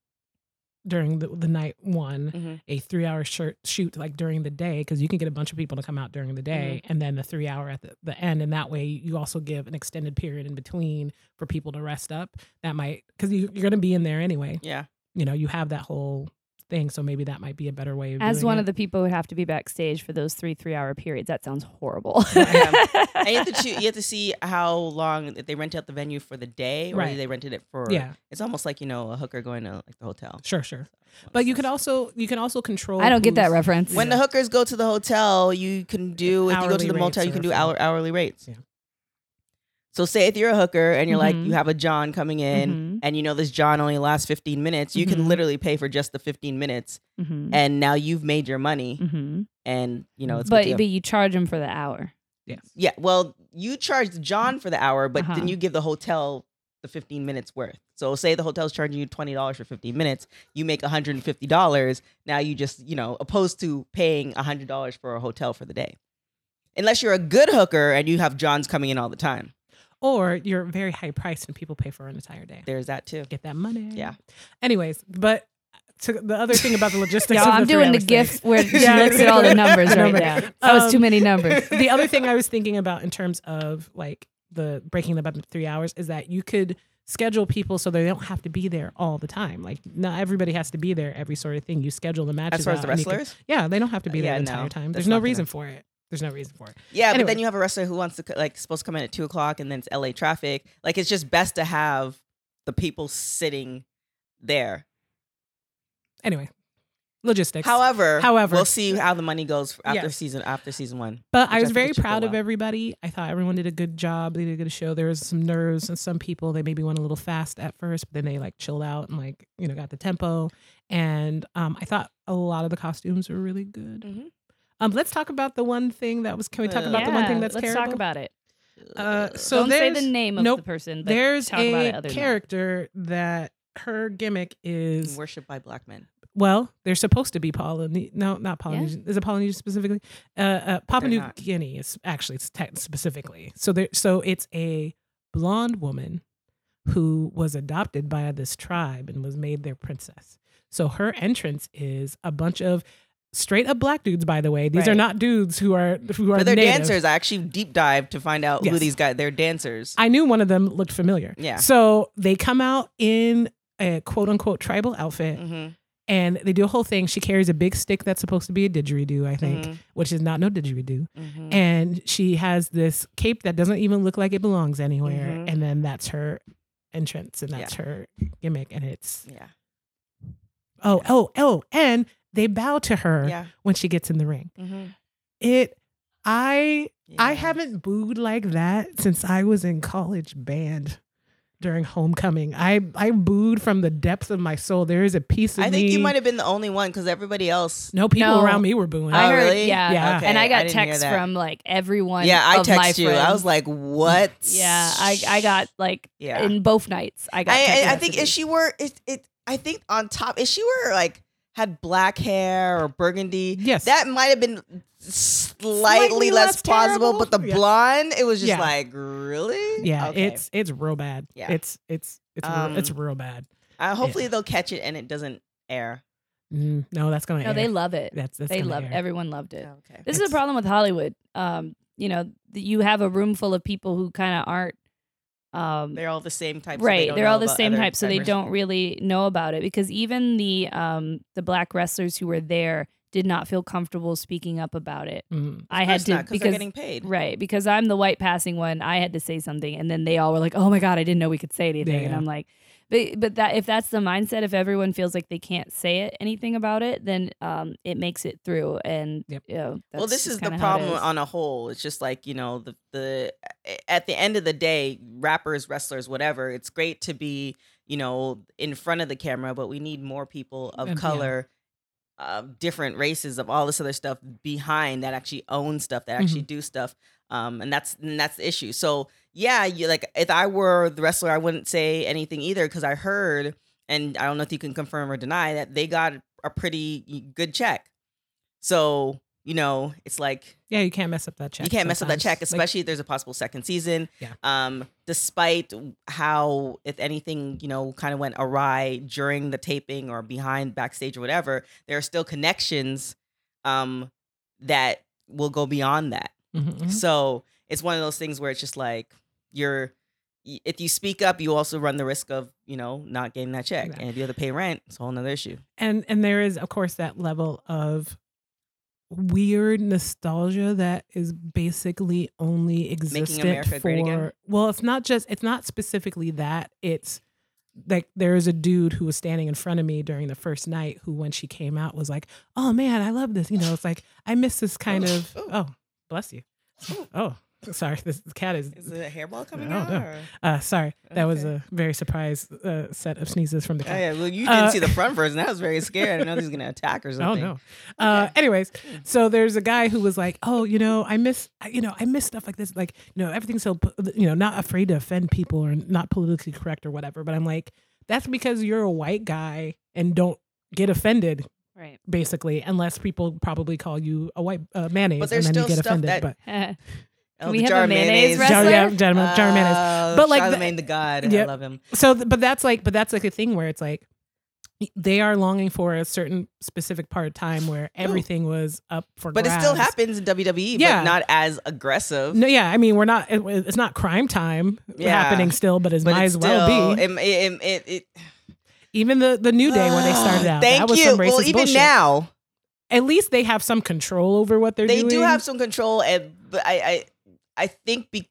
Speaker 2: during the, the night one,
Speaker 1: Mm.
Speaker 3: Mhm.
Speaker 2: a three hour shirt shoot like during the day because you can get a bunch of people to come out
Speaker 1: Mm-hmm.
Speaker 2: during the day and then the three hour at the, the end and that way you also give an extended period in between for people to rest up that might because you, you're going to be in there anyway
Speaker 3: Yeah.
Speaker 2: you know you have that whole thing so maybe that might be a better way of
Speaker 1: As
Speaker 2: doing
Speaker 1: one
Speaker 2: it.
Speaker 1: of the people who have to be backstage for those three three hour periods, that sounds horrible.
Speaker 3: And you have to choo- you have to see how long if they rent out the venue for the day or
Speaker 2: Right.
Speaker 3: they rented it for
Speaker 2: yeah
Speaker 3: It's almost like, you know, a hooker going to like the hotel.
Speaker 2: sure sure But you could also you can also control.
Speaker 1: I don't get that
Speaker 2: who's-
Speaker 1: reference.
Speaker 3: when the hookers go to the hotel, you can do if you go to
Speaker 2: Hourly
Speaker 3: the motel,
Speaker 2: rates
Speaker 3: you can
Speaker 2: are
Speaker 3: do
Speaker 2: fine.
Speaker 3: hour, hourly rates.
Speaker 2: Yeah.
Speaker 3: So say if you're a hooker and you're
Speaker 1: Mhm.
Speaker 2: Mm-hmm.
Speaker 3: like you have a John coming in
Speaker 1: Mhm,
Speaker 3: and you know this John only lasts 15 minutes, you
Speaker 2: Mhm.
Speaker 3: can literally pay for just the 15 minutes
Speaker 2: Mm-hmm.
Speaker 1: mhm,
Speaker 3: and now you've made your money
Speaker 1: mhm.
Speaker 3: and you know it's a good
Speaker 1: but
Speaker 3: deal.
Speaker 1: but you charge them for the hour.
Speaker 2: Yes.
Speaker 3: yeah, well, you charged John for the hour, but
Speaker 1: Uh-huh.
Speaker 3: then you give the hotel the 15 minutes worth. So say the hotel's charging you $20 for 15 minutes, you make $150. Now you just, you know, opposed to paying $100 for a hotel for the day. Unless you're a good hooker and you have John's coming in all the time.
Speaker 2: Or you're very high priced and people pay for an entire day.
Speaker 3: There's that too.
Speaker 2: Get that money.
Speaker 3: Yeah.
Speaker 2: Anyways, but to the other thing about the logistics.
Speaker 1: Y'all,
Speaker 2: of
Speaker 1: I'm
Speaker 2: the
Speaker 1: doing the
Speaker 2: three-hour
Speaker 1: gif where she
Speaker 2: Yeah.
Speaker 1: looks at all the numbers right
Speaker 2: Number.
Speaker 1: now. That was too
Speaker 2: Um,
Speaker 1: many numbers.
Speaker 2: thing- the other thing I was thinking about in terms of like the breaking them up into three hours is that you could schedule people so they don't have to be there all the time. Like not everybody has to be there every sort of thing. You schedule the matches.
Speaker 3: As far as
Speaker 2: out
Speaker 3: the
Speaker 2: and you can-
Speaker 3: wrestlers?
Speaker 2: yeah, they don't have to be there
Speaker 3: Yeah,
Speaker 2: the
Speaker 3: no,
Speaker 2: entire time.
Speaker 3: that's
Speaker 2: There's no
Speaker 3: not gonna-
Speaker 2: reason for it. There's no reason for it.
Speaker 3: Yeah, but
Speaker 2: Anyway.
Speaker 3: then you have a wrestler who wants to co- like supposed to come in at two o'clock, and then it's LA traffic. Like it's just best to have the people sitting there.
Speaker 2: Anyway, logistics.
Speaker 3: However,
Speaker 2: However.
Speaker 3: we'll see how the money goes after
Speaker 2: Yes.
Speaker 3: season after season one.
Speaker 2: But I
Speaker 3: which
Speaker 2: was
Speaker 3: think
Speaker 2: very
Speaker 3: it should go
Speaker 2: proud of
Speaker 3: well.
Speaker 2: everybody. I thought everyone did a good job. They did a good show. There was some nerves and some people they maybe went a little fast at first, but then they like chilled out and like you know got the tempo. And um, I thought a lot of the costumes were really good.
Speaker 1: Mm-hmm.
Speaker 3: Mhm.
Speaker 2: Um, let's talk about the one thing that was. Can we talk about the one
Speaker 1: Yeah,
Speaker 2: thing that's
Speaker 1: let's
Speaker 2: terrible?
Speaker 1: talk about it.
Speaker 2: Uh, so
Speaker 1: Don't say the
Speaker 2: there's-
Speaker 1: name of the
Speaker 2: nope.
Speaker 1: person. But
Speaker 2: There's
Speaker 1: talk about it
Speaker 2: a
Speaker 1: other than that.
Speaker 2: character that her gimmick is
Speaker 3: worshipped by black men.
Speaker 2: Well, they're supposed to be Polynesian. No, not Polynesian. Is it Polynesian specifically? Uh, uh, Papua
Speaker 3: they're
Speaker 2: New
Speaker 3: not.
Speaker 2: Guinea is actually it's tech specifically. So there, so it's a blonde woman who was adopted by this tribe and was made their princess. So her entrance is a bunch of straight up black dudes. By the way, these are
Speaker 1: Right.
Speaker 2: not dudes who are who are
Speaker 3: But they're
Speaker 2: native.
Speaker 3: dancers. I actually deep dived to find out who
Speaker 2: Yes.
Speaker 3: these guys. They're dancers.
Speaker 2: I knew one of them looked familiar.
Speaker 3: Yeah.
Speaker 2: So they come out in a quote unquote tribal outfit
Speaker 3: Mhm,
Speaker 2: and they do a whole thing. She carries a big stick that's supposed to be a didgeridoo, I think,
Speaker 3: mhm,
Speaker 2: which is not no didgeridoo.
Speaker 3: mhm.
Speaker 2: And she has this cape that doesn't even look like it belongs anywhere.
Speaker 3: Mhm.
Speaker 2: And then that's her entrance and that's her gimmick. And it's
Speaker 3: yeah,
Speaker 2: oh, oh, oh. And they bow to her
Speaker 3: yeah.
Speaker 2: when she gets in the ring.
Speaker 3: mhm,
Speaker 2: It I I
Speaker 3: yeah.
Speaker 2: haven't booed like that since I was in college band during homecoming. I I booed from the depths of my soul. There is a piece of
Speaker 3: I think you
Speaker 2: me-
Speaker 3: might have been the only one because everybody else.
Speaker 2: no people
Speaker 1: No.
Speaker 2: around me were booing.
Speaker 1: I
Speaker 3: Oh,
Speaker 1: heard,
Speaker 3: really?
Speaker 1: yeah.
Speaker 2: Yeah.
Speaker 1: and I
Speaker 3: Okay,
Speaker 1: got
Speaker 3: didn't hear
Speaker 1: texts
Speaker 3: that.
Speaker 1: from like everyone.
Speaker 3: Yeah, I
Speaker 1: of my
Speaker 3: texted you. I
Speaker 1: friends.
Speaker 3: was like, "What?"
Speaker 1: yeah, I, I got like
Speaker 3: Yeah.
Speaker 1: in both nights. I got.
Speaker 3: I,
Speaker 1: text
Speaker 3: I, I think if
Speaker 1: messages.
Speaker 3: she were it, it I think on top if she were like had black hair or burgundy,
Speaker 2: Yes.
Speaker 3: that might have been slightly,
Speaker 2: Slightly
Speaker 3: less,
Speaker 2: less
Speaker 3: plausible.
Speaker 2: terrible.
Speaker 3: But the
Speaker 2: Yeah.
Speaker 3: blonde, it was just
Speaker 2: Yeah.
Speaker 3: like really.
Speaker 2: Yeah,
Speaker 3: Okay.
Speaker 2: it's it's real bad.
Speaker 3: Yeah.
Speaker 2: It's it's it's
Speaker 3: Um,
Speaker 2: real, it's real bad.
Speaker 3: Uh, hopefully they'll catch it and it doesn't air.
Speaker 2: Mm, no, that's gonna.
Speaker 1: No,
Speaker 2: air.
Speaker 1: they love it.
Speaker 2: That's that's
Speaker 1: they
Speaker 2: gonna
Speaker 1: love
Speaker 2: air.
Speaker 1: everyone loved it.
Speaker 3: Okay.
Speaker 1: This is a
Speaker 2: It's-
Speaker 1: problem with Hollywood. Um, you know, th- you have a room full of people who kind of aren't um
Speaker 3: They're all the same type. so they
Speaker 1: right.
Speaker 3: don't
Speaker 1: They're
Speaker 3: know
Speaker 1: all the
Speaker 3: about
Speaker 1: same
Speaker 3: other
Speaker 1: type, so they
Speaker 3: diverse-
Speaker 1: don't really know about it because even the um the black wrestlers who were there did not feel comfortable speaking up about it.
Speaker 2: Mm.
Speaker 1: I
Speaker 3: Of
Speaker 1: had
Speaker 3: course
Speaker 1: to
Speaker 3: not, they're
Speaker 1: because
Speaker 3: getting paid.
Speaker 1: right because I'm the white passing one. I had to say something, and then they all were like, "Oh my god, I didn't know we could say anything." And
Speaker 2: Yeah.
Speaker 1: I'm like, "But but that if that's the mindset, if everyone feels like they can't say it anything about it, then um it makes it through." And
Speaker 2: Yep.
Speaker 1: you know,
Speaker 3: well,
Speaker 1: that's
Speaker 3: this
Speaker 1: just
Speaker 3: is the
Speaker 1: kinda how it
Speaker 3: problem
Speaker 1: is.
Speaker 3: on a whole. It's just like you know the the at the end of the day, rappers, wrestlers, whatever. It's great to be you know in front of the camera, but we need more people of
Speaker 2: Um, yeah.
Speaker 3: color. Of different races of all this other stuff behind that actually own stuff that actually do stuff um and that's and that's the issue so yeah you like if i were the wrestler i wouldn't say anything either because i heard and i don't know if you can confirm or deny that they got a pretty good check so you know it's like
Speaker 2: Yeah, you can't mess up that check.
Speaker 3: you can't mess up that check,
Speaker 2: sometimes. Like,
Speaker 3: especially if there's a possible second season.
Speaker 2: Yeah.
Speaker 3: Um, despite how, if anything, you know, kind of went awry during the taping or behind backstage or whatever, there are still connections um, that will go beyond that.
Speaker 2: mhm, mhm.
Speaker 3: So it's one of those things where it's just like you're. y- If you speak up, you also run the risk of you know not getting that check,
Speaker 2: Yeah.
Speaker 3: and if you have to pay rent, it's a whole nother issue.
Speaker 2: and and there is of course that level of weird nostalgia that is basically only existent
Speaker 3: America
Speaker 2: for
Speaker 3: great again?
Speaker 2: well it's not just it's not specifically that it's like there is a dude who was standing in front of me during the first night who when she came out was like oh man i love this you know it's like i miss this kind
Speaker 3: Ooh,
Speaker 2: of
Speaker 3: ooh.
Speaker 2: oh bless you
Speaker 3: Ooh.
Speaker 2: oh sorry this cat is
Speaker 3: Is it a hairball coming
Speaker 2: I don't
Speaker 3: out?
Speaker 2: know.
Speaker 3: or-
Speaker 2: uh sorry that was
Speaker 3: Okay.
Speaker 2: a very surprise uh, set of sneezes from the
Speaker 3: Oh,
Speaker 2: cat
Speaker 3: yeah, well, you didn't
Speaker 2: Uh,
Speaker 3: see the front version. I was very scared. I didn't know he was going to attack or
Speaker 2: Oh
Speaker 3: something.
Speaker 2: no. Uh, anyways, so there's a guy who was like, "Oh, you know, I miss, I- you know, I miss stuff like this. Like, you know, everything's so, po- you know, not afraid to offend people or not politically correct or whatever." But I'm like, that's because you're a white guy and don't get offended,
Speaker 1: right.
Speaker 2: basically, unless people probably call you a white uh, mayonnaise
Speaker 3: But
Speaker 2: and
Speaker 3: there's
Speaker 2: then you
Speaker 3: still
Speaker 2: get
Speaker 3: stuff
Speaker 2: offended. but
Speaker 3: that- Oh,
Speaker 1: Can we have a mayonnaise
Speaker 2: Jar-
Speaker 1: wrestler?
Speaker 2: yeah, Jar- Jar mayonnaise.
Speaker 3: but
Speaker 2: But, like,
Speaker 3: like
Speaker 2: the-
Speaker 3: Oh, Charlemagne the, God,
Speaker 2: Yep.
Speaker 3: I love him.
Speaker 2: so th- but that's like but that's like a thing where it's like they are longing for a certain specific part of time where everything was up for
Speaker 3: But it still
Speaker 2: grabs.
Speaker 3: happens in WWE,
Speaker 2: Yeah.
Speaker 3: but not as aggressive.
Speaker 2: No, yeah, I mean we're not. It, it's not crime time
Speaker 3: Yeah.
Speaker 2: happening still, but it
Speaker 3: but
Speaker 2: might
Speaker 3: it's
Speaker 2: as well
Speaker 3: still-
Speaker 2: be.
Speaker 3: It, it, it, it,
Speaker 2: even the the new day when they started out,
Speaker 3: Ah, Thank
Speaker 2: that was
Speaker 3: you.
Speaker 2: some racist
Speaker 3: well, even
Speaker 2: bullshit.
Speaker 3: now,
Speaker 2: at least they have some control over what they're
Speaker 3: they
Speaker 2: doing.
Speaker 3: do have some control. And, but I, I, I think be,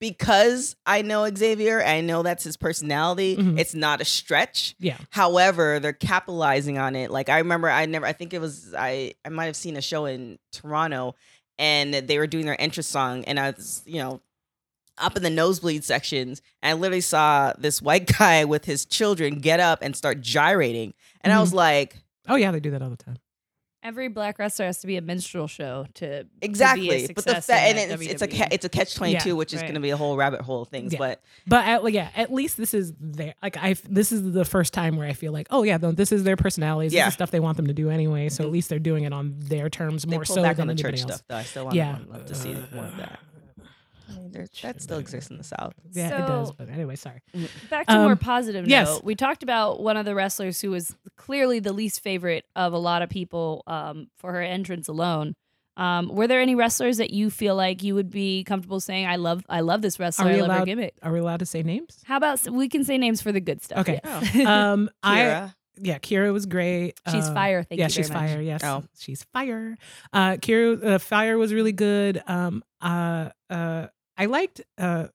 Speaker 3: because I know Xavier, I know that's his personality,
Speaker 2: Mhm.
Speaker 3: it's not a stretch.
Speaker 2: yeah,
Speaker 3: However, they're capitalizing on it. Like I remember, I never. I think it was I. I might have seen a show in Toronto, and they were doing their entrance song, and I was, you know, up in the nosebleed sections, and I literally saw this white guy with his children get up and start gyrating, and I was like,
Speaker 2: oh yeah, they do that all the time.
Speaker 1: Every black wrestler has to be a minstrel show to
Speaker 3: exactly. But the
Speaker 1: success
Speaker 3: fa-
Speaker 1: in
Speaker 3: and
Speaker 1: the
Speaker 3: it's, it's a
Speaker 1: WWE.
Speaker 3: ca- it's a catch twenty two,
Speaker 2: Yeah,
Speaker 3: which is
Speaker 1: right.
Speaker 3: going to be a whole rabbit hole of things.
Speaker 2: Yeah.
Speaker 3: But
Speaker 2: But at, like, yeah, at least this is their like I. This is the first time where I feel like oh yeah, no, this is their personalities.
Speaker 3: Yeah. Mm-hmm.
Speaker 2: This is stuff they want them to do anyway. So at least they're doing it on their terms
Speaker 3: they
Speaker 2: more
Speaker 3: pull
Speaker 2: so
Speaker 3: back on
Speaker 2: than
Speaker 3: the
Speaker 2: anybody
Speaker 3: church
Speaker 2: else.
Speaker 3: stuff, though. I still want
Speaker 2: Yeah, Uh,
Speaker 3: love to see more of that. Uh, I mean, there- that still exists in the South.
Speaker 2: Yeah,
Speaker 1: So-
Speaker 2: it does. But anyway, sorry.
Speaker 1: Back to more
Speaker 2: Um,
Speaker 1: positive
Speaker 2: yes.
Speaker 1: note. We talked about one of the wrestlers who was clearly the least favorite of a lot of people um, for her entrance alone. Um, were there any wrestlers that you feel like you would be comfortable saying, "I love, I love this wrestler.
Speaker 2: Are
Speaker 1: I
Speaker 2: we
Speaker 1: love her
Speaker 2: allowed-
Speaker 1: gimmick"?
Speaker 2: Are we allowed to say names?
Speaker 1: How about s- we can say names for the good stuff?
Speaker 2: Okay.
Speaker 1: yes.
Speaker 2: Um, I
Speaker 3: Kira.
Speaker 2: yeah, Kira was great.
Speaker 1: she's
Speaker 2: Um,
Speaker 1: fire. Thank
Speaker 2: yeah,
Speaker 1: you. very
Speaker 2: she's
Speaker 1: much.
Speaker 2: fire. Yes,
Speaker 3: Oh.
Speaker 2: she's fire. Uh, Kira, uh, fire was really good. Um, uh, uh, I liked uh,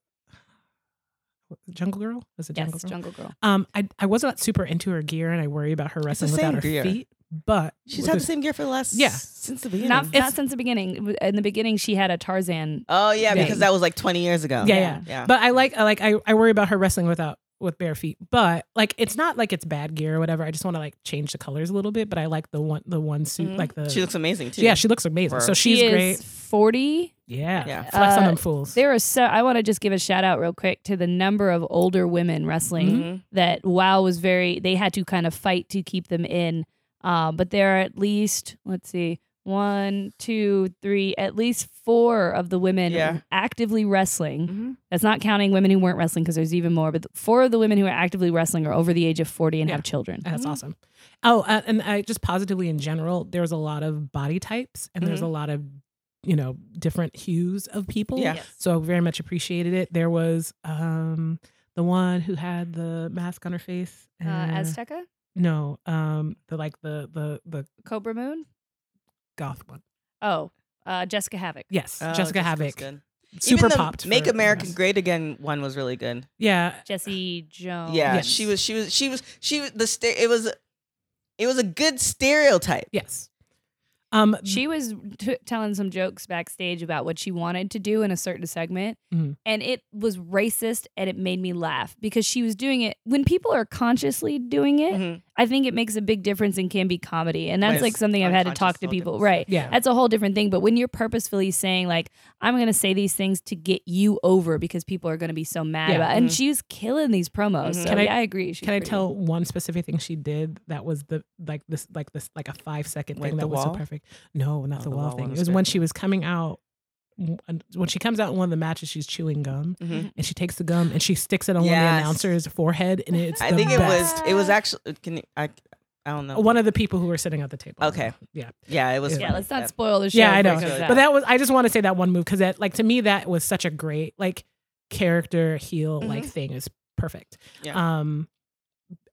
Speaker 2: Jungle Girl. Was it
Speaker 1: Yes,
Speaker 2: Jungle Girl?
Speaker 1: Jungle Girl.
Speaker 2: um, I I wasn't super into her gear, and I worry about her
Speaker 3: It's the
Speaker 2: wrestling without
Speaker 3: same
Speaker 2: her
Speaker 3: gear.
Speaker 2: feet. But
Speaker 3: She's had the same gear for the last
Speaker 2: Yeah.
Speaker 3: since the beginning.
Speaker 1: Not, not since the beginning. In the beginning, she had a Tarzan.
Speaker 3: oh yeah,
Speaker 2: Yeah.
Speaker 3: because that was like twenty years ago.
Speaker 2: yeah,
Speaker 1: Yeah.
Speaker 2: yeah,
Speaker 3: yeah.
Speaker 2: But I like, I like, I, I worry about her wrestling without with bare feet. But like, it's not like it's bad gear or whatever. I just want to like change the colors a little bit. But I like the one, the one suit,
Speaker 3: Mhm.
Speaker 2: like the
Speaker 3: she looks amazing too.
Speaker 2: yeah, she looks amazing.
Speaker 3: Or-
Speaker 2: So she's
Speaker 1: Mm-hmm. she
Speaker 2: great.
Speaker 1: is forty.
Speaker 2: Yeah.
Speaker 3: Yeah.
Speaker 2: Flex on
Speaker 1: Uh,
Speaker 2: them fools.
Speaker 1: There are so I want to just give a shout out real quick to the number of
Speaker 2: Mm-hmm.
Speaker 1: older women wrestling
Speaker 3: Mhm.
Speaker 1: that WoW was very they had to kind of fight to keep them in Uh, but there are at least, let's see, one, two, three, at least four of the women
Speaker 3: Yeah.
Speaker 1: actively wrestling.
Speaker 3: Mm-hmm.
Speaker 1: That's not counting women who weren't wrestling because there's even more, but the, four of the women who are actively wrestling are over the age of 40 and
Speaker 2: Yeah.
Speaker 1: have children.
Speaker 2: That's
Speaker 3: Mhm.
Speaker 2: awesome. Oh, uh, and I just positively in general, there's a lot of body types and there's a lot of, you know, different hues of people.
Speaker 3: Mm-hmm.
Speaker 1: Mm-hmm.
Speaker 3: Yeah.
Speaker 2: So very much appreciated it. There was um the one who had the mask on her face.
Speaker 1: Uh,
Speaker 2: and-
Speaker 1: Azteca?
Speaker 2: No, um, the like the the the
Speaker 1: Cobra Moon?
Speaker 2: goth one.
Speaker 1: Oh, uh, Jessica Havoc.
Speaker 2: Yes,
Speaker 3: Oh,
Speaker 2: Jessica Havoc.
Speaker 3: good.
Speaker 2: Super
Speaker 3: Even the
Speaker 2: popped.
Speaker 3: Make
Speaker 2: for-
Speaker 3: America Great Again one was really good.
Speaker 2: Yeah,
Speaker 1: Jesse Jones.
Speaker 3: Yeah,
Speaker 2: Yes.
Speaker 3: she was. She was. She was. She was the. St- it was. It was a good stereotype.
Speaker 2: yes. Um,
Speaker 1: She was t- telling some jokes backstage about what she wanted to do in a certain segment,
Speaker 2: Mhm.
Speaker 1: and it was racist, and it made me laugh because she was doing it. When people are consciously doing it,
Speaker 3: Mhm.
Speaker 1: I think it makes a big difference and can be comedy, and that's
Speaker 3: Yes.
Speaker 1: like something I've had to talk
Speaker 3: Unconscious
Speaker 1: to
Speaker 3: little
Speaker 1: people.
Speaker 3: difference.
Speaker 1: Right,
Speaker 2: Yeah.
Speaker 1: that's a whole different thing. But when you're purposefully saying like, "I'm going to say these things to get you over," because people are going to be so mad
Speaker 2: Yeah.
Speaker 1: about, it. and
Speaker 3: Mhm.
Speaker 1: she's killing these promos.
Speaker 3: Mhm.
Speaker 1: So
Speaker 2: Can I-
Speaker 1: yeah, I agree. She's
Speaker 2: Can I
Speaker 1: pretty-
Speaker 2: tell one specific thing she did that was the like this like this like a five second
Speaker 3: Like
Speaker 2: thing
Speaker 3: the
Speaker 2: that was
Speaker 3: wall?
Speaker 2: so perfect? No, not
Speaker 3: Oh,
Speaker 2: the,
Speaker 3: the
Speaker 2: wall,
Speaker 3: wall one
Speaker 2: thing. It
Speaker 3: was
Speaker 2: was
Speaker 3: good.
Speaker 2: when she was coming out. When she comes out in one of the matches, she's chewing gum
Speaker 3: Mhm.
Speaker 2: and she takes the gum and she sticks it on one of
Speaker 3: Yes.
Speaker 2: the announcer's forehead, and it's
Speaker 3: I
Speaker 2: the
Speaker 3: think it was.
Speaker 2: best. Uh,
Speaker 3: It was actually. Can you, I? I don't know.
Speaker 2: one of the people who were sitting at the table.
Speaker 3: Okay.
Speaker 2: yeah,
Speaker 3: Yeah, it was.
Speaker 1: Yeah,
Speaker 3: funny.
Speaker 1: let's not spoil the show.
Speaker 2: yeah, I
Speaker 1: for
Speaker 2: know.
Speaker 1: it goes
Speaker 3: But
Speaker 1: out.
Speaker 2: But that was. I just want to say that one move because that like to me that was such a great like character heel like thing is perfect.
Speaker 3: Mm-hmm. Yeah.
Speaker 2: Um,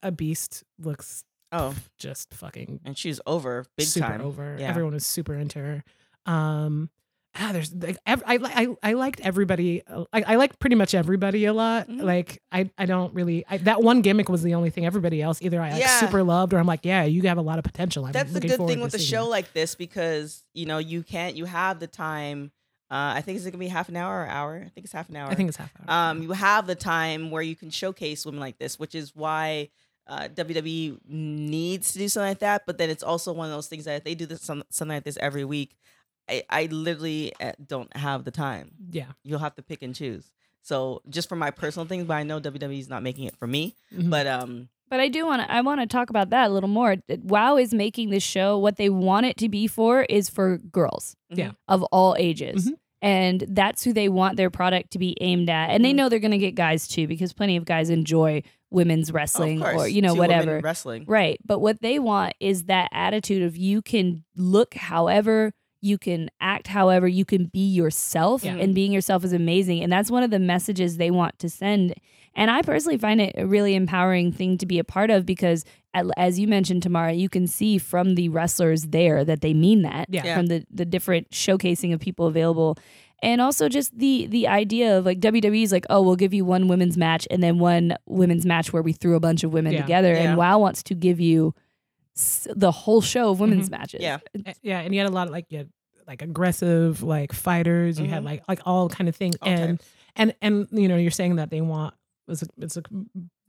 Speaker 2: a beast looks
Speaker 3: Oh,
Speaker 2: just fucking
Speaker 3: and she's over big
Speaker 2: super
Speaker 3: time.
Speaker 2: over.
Speaker 3: Yeah.
Speaker 2: Everyone was super into her. Um, ah, there's like ev- I li- I I liked everybody. uh, I, I liked pretty much everybody a lot.
Speaker 3: Mhm.
Speaker 2: Like I I don't really I, that one gimmick was the only thing. Everybody else either I like,
Speaker 3: Yeah.
Speaker 2: super loved or I'm like yeah you have a lot of potential. I'm
Speaker 3: That's the
Speaker 2: looking
Speaker 3: good
Speaker 2: forward
Speaker 3: thing
Speaker 2: to
Speaker 3: with a
Speaker 2: seeing
Speaker 3: show
Speaker 2: you."
Speaker 3: like this because you know you can't. You have the time. Uh, I think it's gonna be half an hour or hour. I think it's half an hour.
Speaker 2: I think it's half hour.
Speaker 3: um, you have the time where you can showcase women like this, which is why uh, WWE needs to do something like that. But then it's also one of those things that if they do this some, something like this every week, I, I literally uh, don't have the time.
Speaker 2: yeah.
Speaker 3: You'll have to pick and choose. So just for my personal things, but I know WWE is not making it for me.
Speaker 2: Mhm.
Speaker 3: But um,
Speaker 1: But I do want to. I want to talk about that a little more. That WoW is making this show what they want it to be for is for girls,
Speaker 2: Yeah.
Speaker 1: of all ages,
Speaker 2: Mhm.
Speaker 1: and that's who they want their product to be aimed at. And they
Speaker 3: Mhm.
Speaker 1: know they're going to get guys too, because plenty of guys enjoy women's
Speaker 3: oh, of
Speaker 1: wrestling or
Speaker 3: course,
Speaker 1: you know
Speaker 3: two women
Speaker 1: whatever.
Speaker 3: wrestling.
Speaker 1: Right. But what they want is that attitude of you can look however, you can act however, you can be yourself,
Speaker 2: Yeah.
Speaker 1: and being yourself is amazing. And that's one of the messages they want to send. And I personally find it a really empowering thing to be a part of because, at- as you mentioned, Tamara, you can see from the wrestlers there that they mean that
Speaker 2: Yeah.
Speaker 3: Yeah.
Speaker 1: from the, the different showcasing of people available. And also just the the idea of like WWE's like, oh, we'll give you one women's match and then one women's match where we threw a bunch of women
Speaker 2: Yeah.
Speaker 1: together.
Speaker 3: Yeah.
Speaker 1: And WoW wants to give you s- the whole show of women's matches.
Speaker 3: Yeah.
Speaker 2: A- Mm-hmm. Eh, yeah, and you had a lot of like you had like aggressive like fighters. You
Speaker 1: Mm-hmm.
Speaker 2: had
Speaker 3: Mhm.
Speaker 2: like like all kind of things,
Speaker 3: All
Speaker 2: and
Speaker 3: types.
Speaker 2: and and you know you're saying that they want was it's a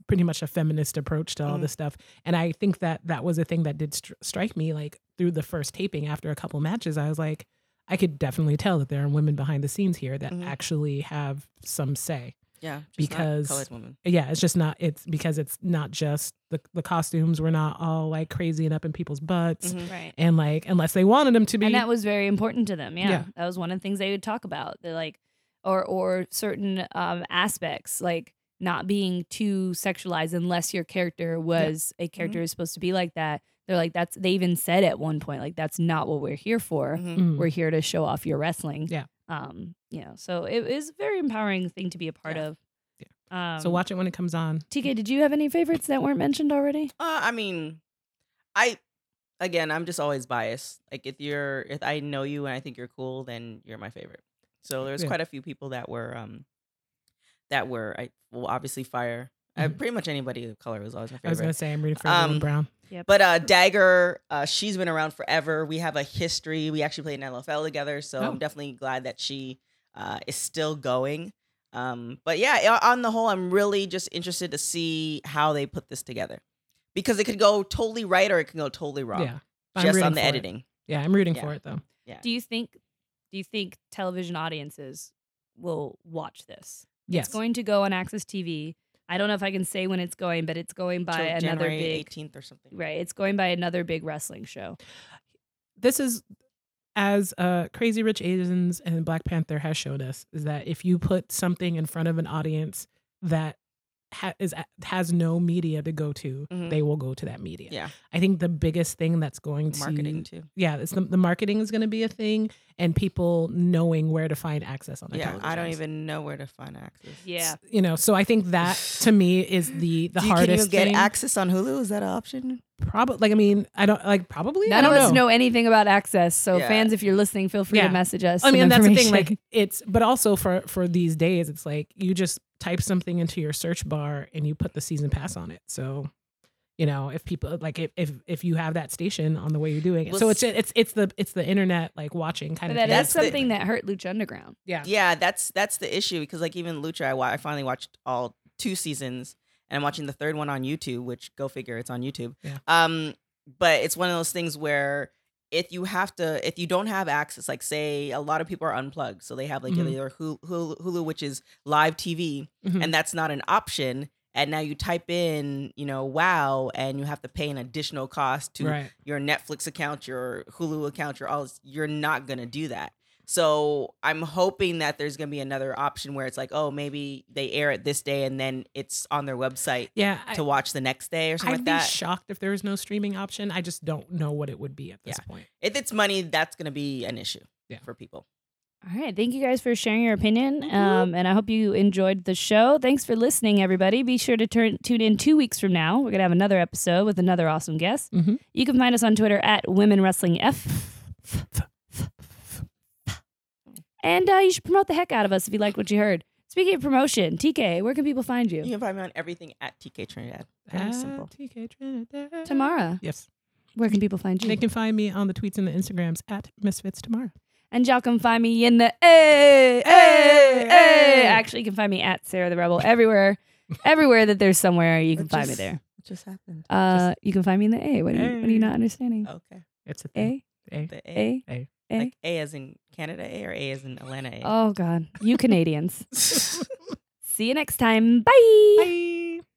Speaker 2: pretty much a feminist approach to all
Speaker 1: Mm-hmm.
Speaker 2: this stuff, and I think that that was a thing that did stri- strike me like through the first taping after a couple matches. I was like, I could definitely tell that there are women behind the scenes here that
Speaker 1: Mm-hmm.
Speaker 3: Mhm.
Speaker 2: actually have some say.
Speaker 3: Yeah, just not
Speaker 2: Because-
Speaker 3: colored women.
Speaker 2: Yeah, it's just not it's because it's not just the the costumes. We're not all like crazy and up in people's butts.
Speaker 3: Mhm.
Speaker 1: Right.
Speaker 2: And like, unless they wanted them to be,
Speaker 1: Mm-hmm. And that was very important to them. Yeah.
Speaker 2: Yeah.
Speaker 1: That was one of the things they would talk about. They're like or or certain um aspects like not being too sexualized unless your character was a character
Speaker 2: Mm-hmm.
Speaker 1: who's supposed to be like that. They're like that's they even said at one point like that's not what we're here for.
Speaker 3: Mhm.
Speaker 2: Mm.
Speaker 1: we're here to show off your wrestling.
Speaker 2: Yeah.
Speaker 1: Um, you know, so it is a very empowering thing to be a part
Speaker 3: Yeah.
Speaker 1: of. Yeah. Um,
Speaker 2: so watch it when it comes on.
Speaker 1: TK, did you have any favorites that weren't mentioned already?
Speaker 3: Uh, I mean, I again, I'm just always biased. Like if you're, if I know you and I think you're cool, then you're my favorite. So there's
Speaker 2: Yeah.
Speaker 3: quite a few people that were, um, that were, I well, obviously fire. Uh,
Speaker 2: Mhm.
Speaker 3: pretty much anybody of color was always my
Speaker 2: I was
Speaker 3: favorite.
Speaker 2: gonna say I'm rooting for
Speaker 3: Um,
Speaker 2: Evelyn Brown.
Speaker 3: but uh, Dagger, uh, she's been around forever. We have a history. We actually played in LFL together, so
Speaker 2: Oh.
Speaker 3: I'm definitely glad that she uh, is still going. Um, but yeah, o- on the whole, I'm really just interested to see how they put this together because it could go totally right or it could go totally wrong.
Speaker 2: Yeah, But I'm
Speaker 3: just
Speaker 2: rooting
Speaker 3: on the
Speaker 2: for it.
Speaker 3: editing.
Speaker 2: Yeah, I'm rooting
Speaker 3: Yeah.
Speaker 2: for it though.
Speaker 1: Do you think do you think television audiences will watch this?
Speaker 2: Yes,
Speaker 1: It's going to go on Access TV. I don't know if I can say when it's going, but it's going by
Speaker 3: till
Speaker 1: another
Speaker 3: January
Speaker 1: big
Speaker 3: 18th or something.
Speaker 1: right. It's going by another big wrestling show.
Speaker 2: this is as uh, Crazy Rich Asians and Black Panther has showed us is that if you put something in front of an audience that ha- is has no media to go to,
Speaker 3: Mhm.
Speaker 2: they will go to that media.
Speaker 3: Yeah.
Speaker 2: I think the biggest thing that's going to
Speaker 3: Marketing too.
Speaker 2: yeah, it's the, the marketing is going to be a thing, and people knowing where to find access on their
Speaker 3: Yeah. I don't
Speaker 2: televisions.
Speaker 3: even know where to find access.
Speaker 1: Yeah.
Speaker 2: S- you know. So I think that to me is the the
Speaker 3: Do you-
Speaker 2: hardest
Speaker 3: Can you get
Speaker 2: thing.
Speaker 3: access on Hulu? Is that an option?
Speaker 2: probably like I mean I don't like probably I
Speaker 1: None of
Speaker 2: don't
Speaker 1: us know. anything about access. So
Speaker 3: Yeah.
Speaker 1: fans, if you're listening, feel free
Speaker 2: Yeah.
Speaker 1: to message us.
Speaker 2: I mean,
Speaker 1: some
Speaker 2: that's the thing.
Speaker 1: information.
Speaker 2: Like, it's but also for for these days, it's like you just type something into your search bar and you put the season pass on it. So, you know, if people like if if, if you have that station on the way you're doing it,
Speaker 3: Well,
Speaker 2: so it's it's it's the it's the internet like watching
Speaker 1: but
Speaker 2: kind of
Speaker 1: that
Speaker 2: thing.
Speaker 1: is
Speaker 3: That's the-
Speaker 1: something that hurt Lucha Underground.
Speaker 2: yeah.
Speaker 3: Yeah, that's that's the issue because like even Lucha, I, wa- I finally watched all two seasons, and I'm watching the third one on YouTube. Which go figure, it's on YouTube.
Speaker 2: Yeah.
Speaker 3: Um, but it's one of those things where if you have to, if you don't have access, like say a lot of people are unplugged, so they have like
Speaker 2: Mhm.
Speaker 3: either Hulu, Hulu, Hulu, which is live TV,
Speaker 2: Mhm.
Speaker 3: and that's not an option. And now you type in, you know, wow, and you have to pay an additional cost to
Speaker 2: right.
Speaker 3: your Netflix account, your Hulu account, your all, you're not going to do that. So I'm hoping that there's going to be another option where it's like, oh, maybe they air it this day and then it's on their website
Speaker 2: Yeah. I,
Speaker 3: to watch the next day or
Speaker 2: I'd
Speaker 3: something like
Speaker 2: be
Speaker 3: that.
Speaker 2: shocked if there was no streaming option. I just don't know what it would be at this point.
Speaker 3: if it's money, that's going to be an issue
Speaker 2: Yeah.
Speaker 3: for people.
Speaker 1: All right. Thank you guys for sharing your opinion. Um, and I hope you enjoyed the show. Thanks for listening, everybody. Be sure to turn, tune in two weeks from now. We're going to have another episode with another awesome guest.
Speaker 2: Mhm.
Speaker 1: You can find us on Twitter at Women Wrestling F. And uh, you should promote the heck out of us if you liked what you heard. Speaking of promotion, TK, where can people find you?
Speaker 3: You can find me on everything at TK Trinidad. Very
Speaker 2: At
Speaker 3: simple.
Speaker 2: TK Trinidad.
Speaker 1: Tamara,
Speaker 2: Yes.
Speaker 1: where can people find you?
Speaker 2: They can find me on the tweets and the Instagrams at Misfits Tamara.
Speaker 1: And y'all can find me in the hey, hey, hey.
Speaker 2: hey.
Speaker 1: Actually, you can find me at Sarah the Rebel everywhere, everywhere that there's somewhere you can
Speaker 3: It
Speaker 1: find me
Speaker 3: just-
Speaker 1: there.
Speaker 3: What just happened?
Speaker 1: Uh, you can find me in the A. What are you, what are you not understanding?
Speaker 3: Okay.
Speaker 2: It's a thing.
Speaker 1: A
Speaker 2: A.
Speaker 3: The A.
Speaker 1: A
Speaker 2: A.
Speaker 1: A.
Speaker 3: Uh, Like A as in Canada A or A as in Atlanta A?
Speaker 1: Oh God, you Canadians. See you next time. Bye.
Speaker 2: Bye.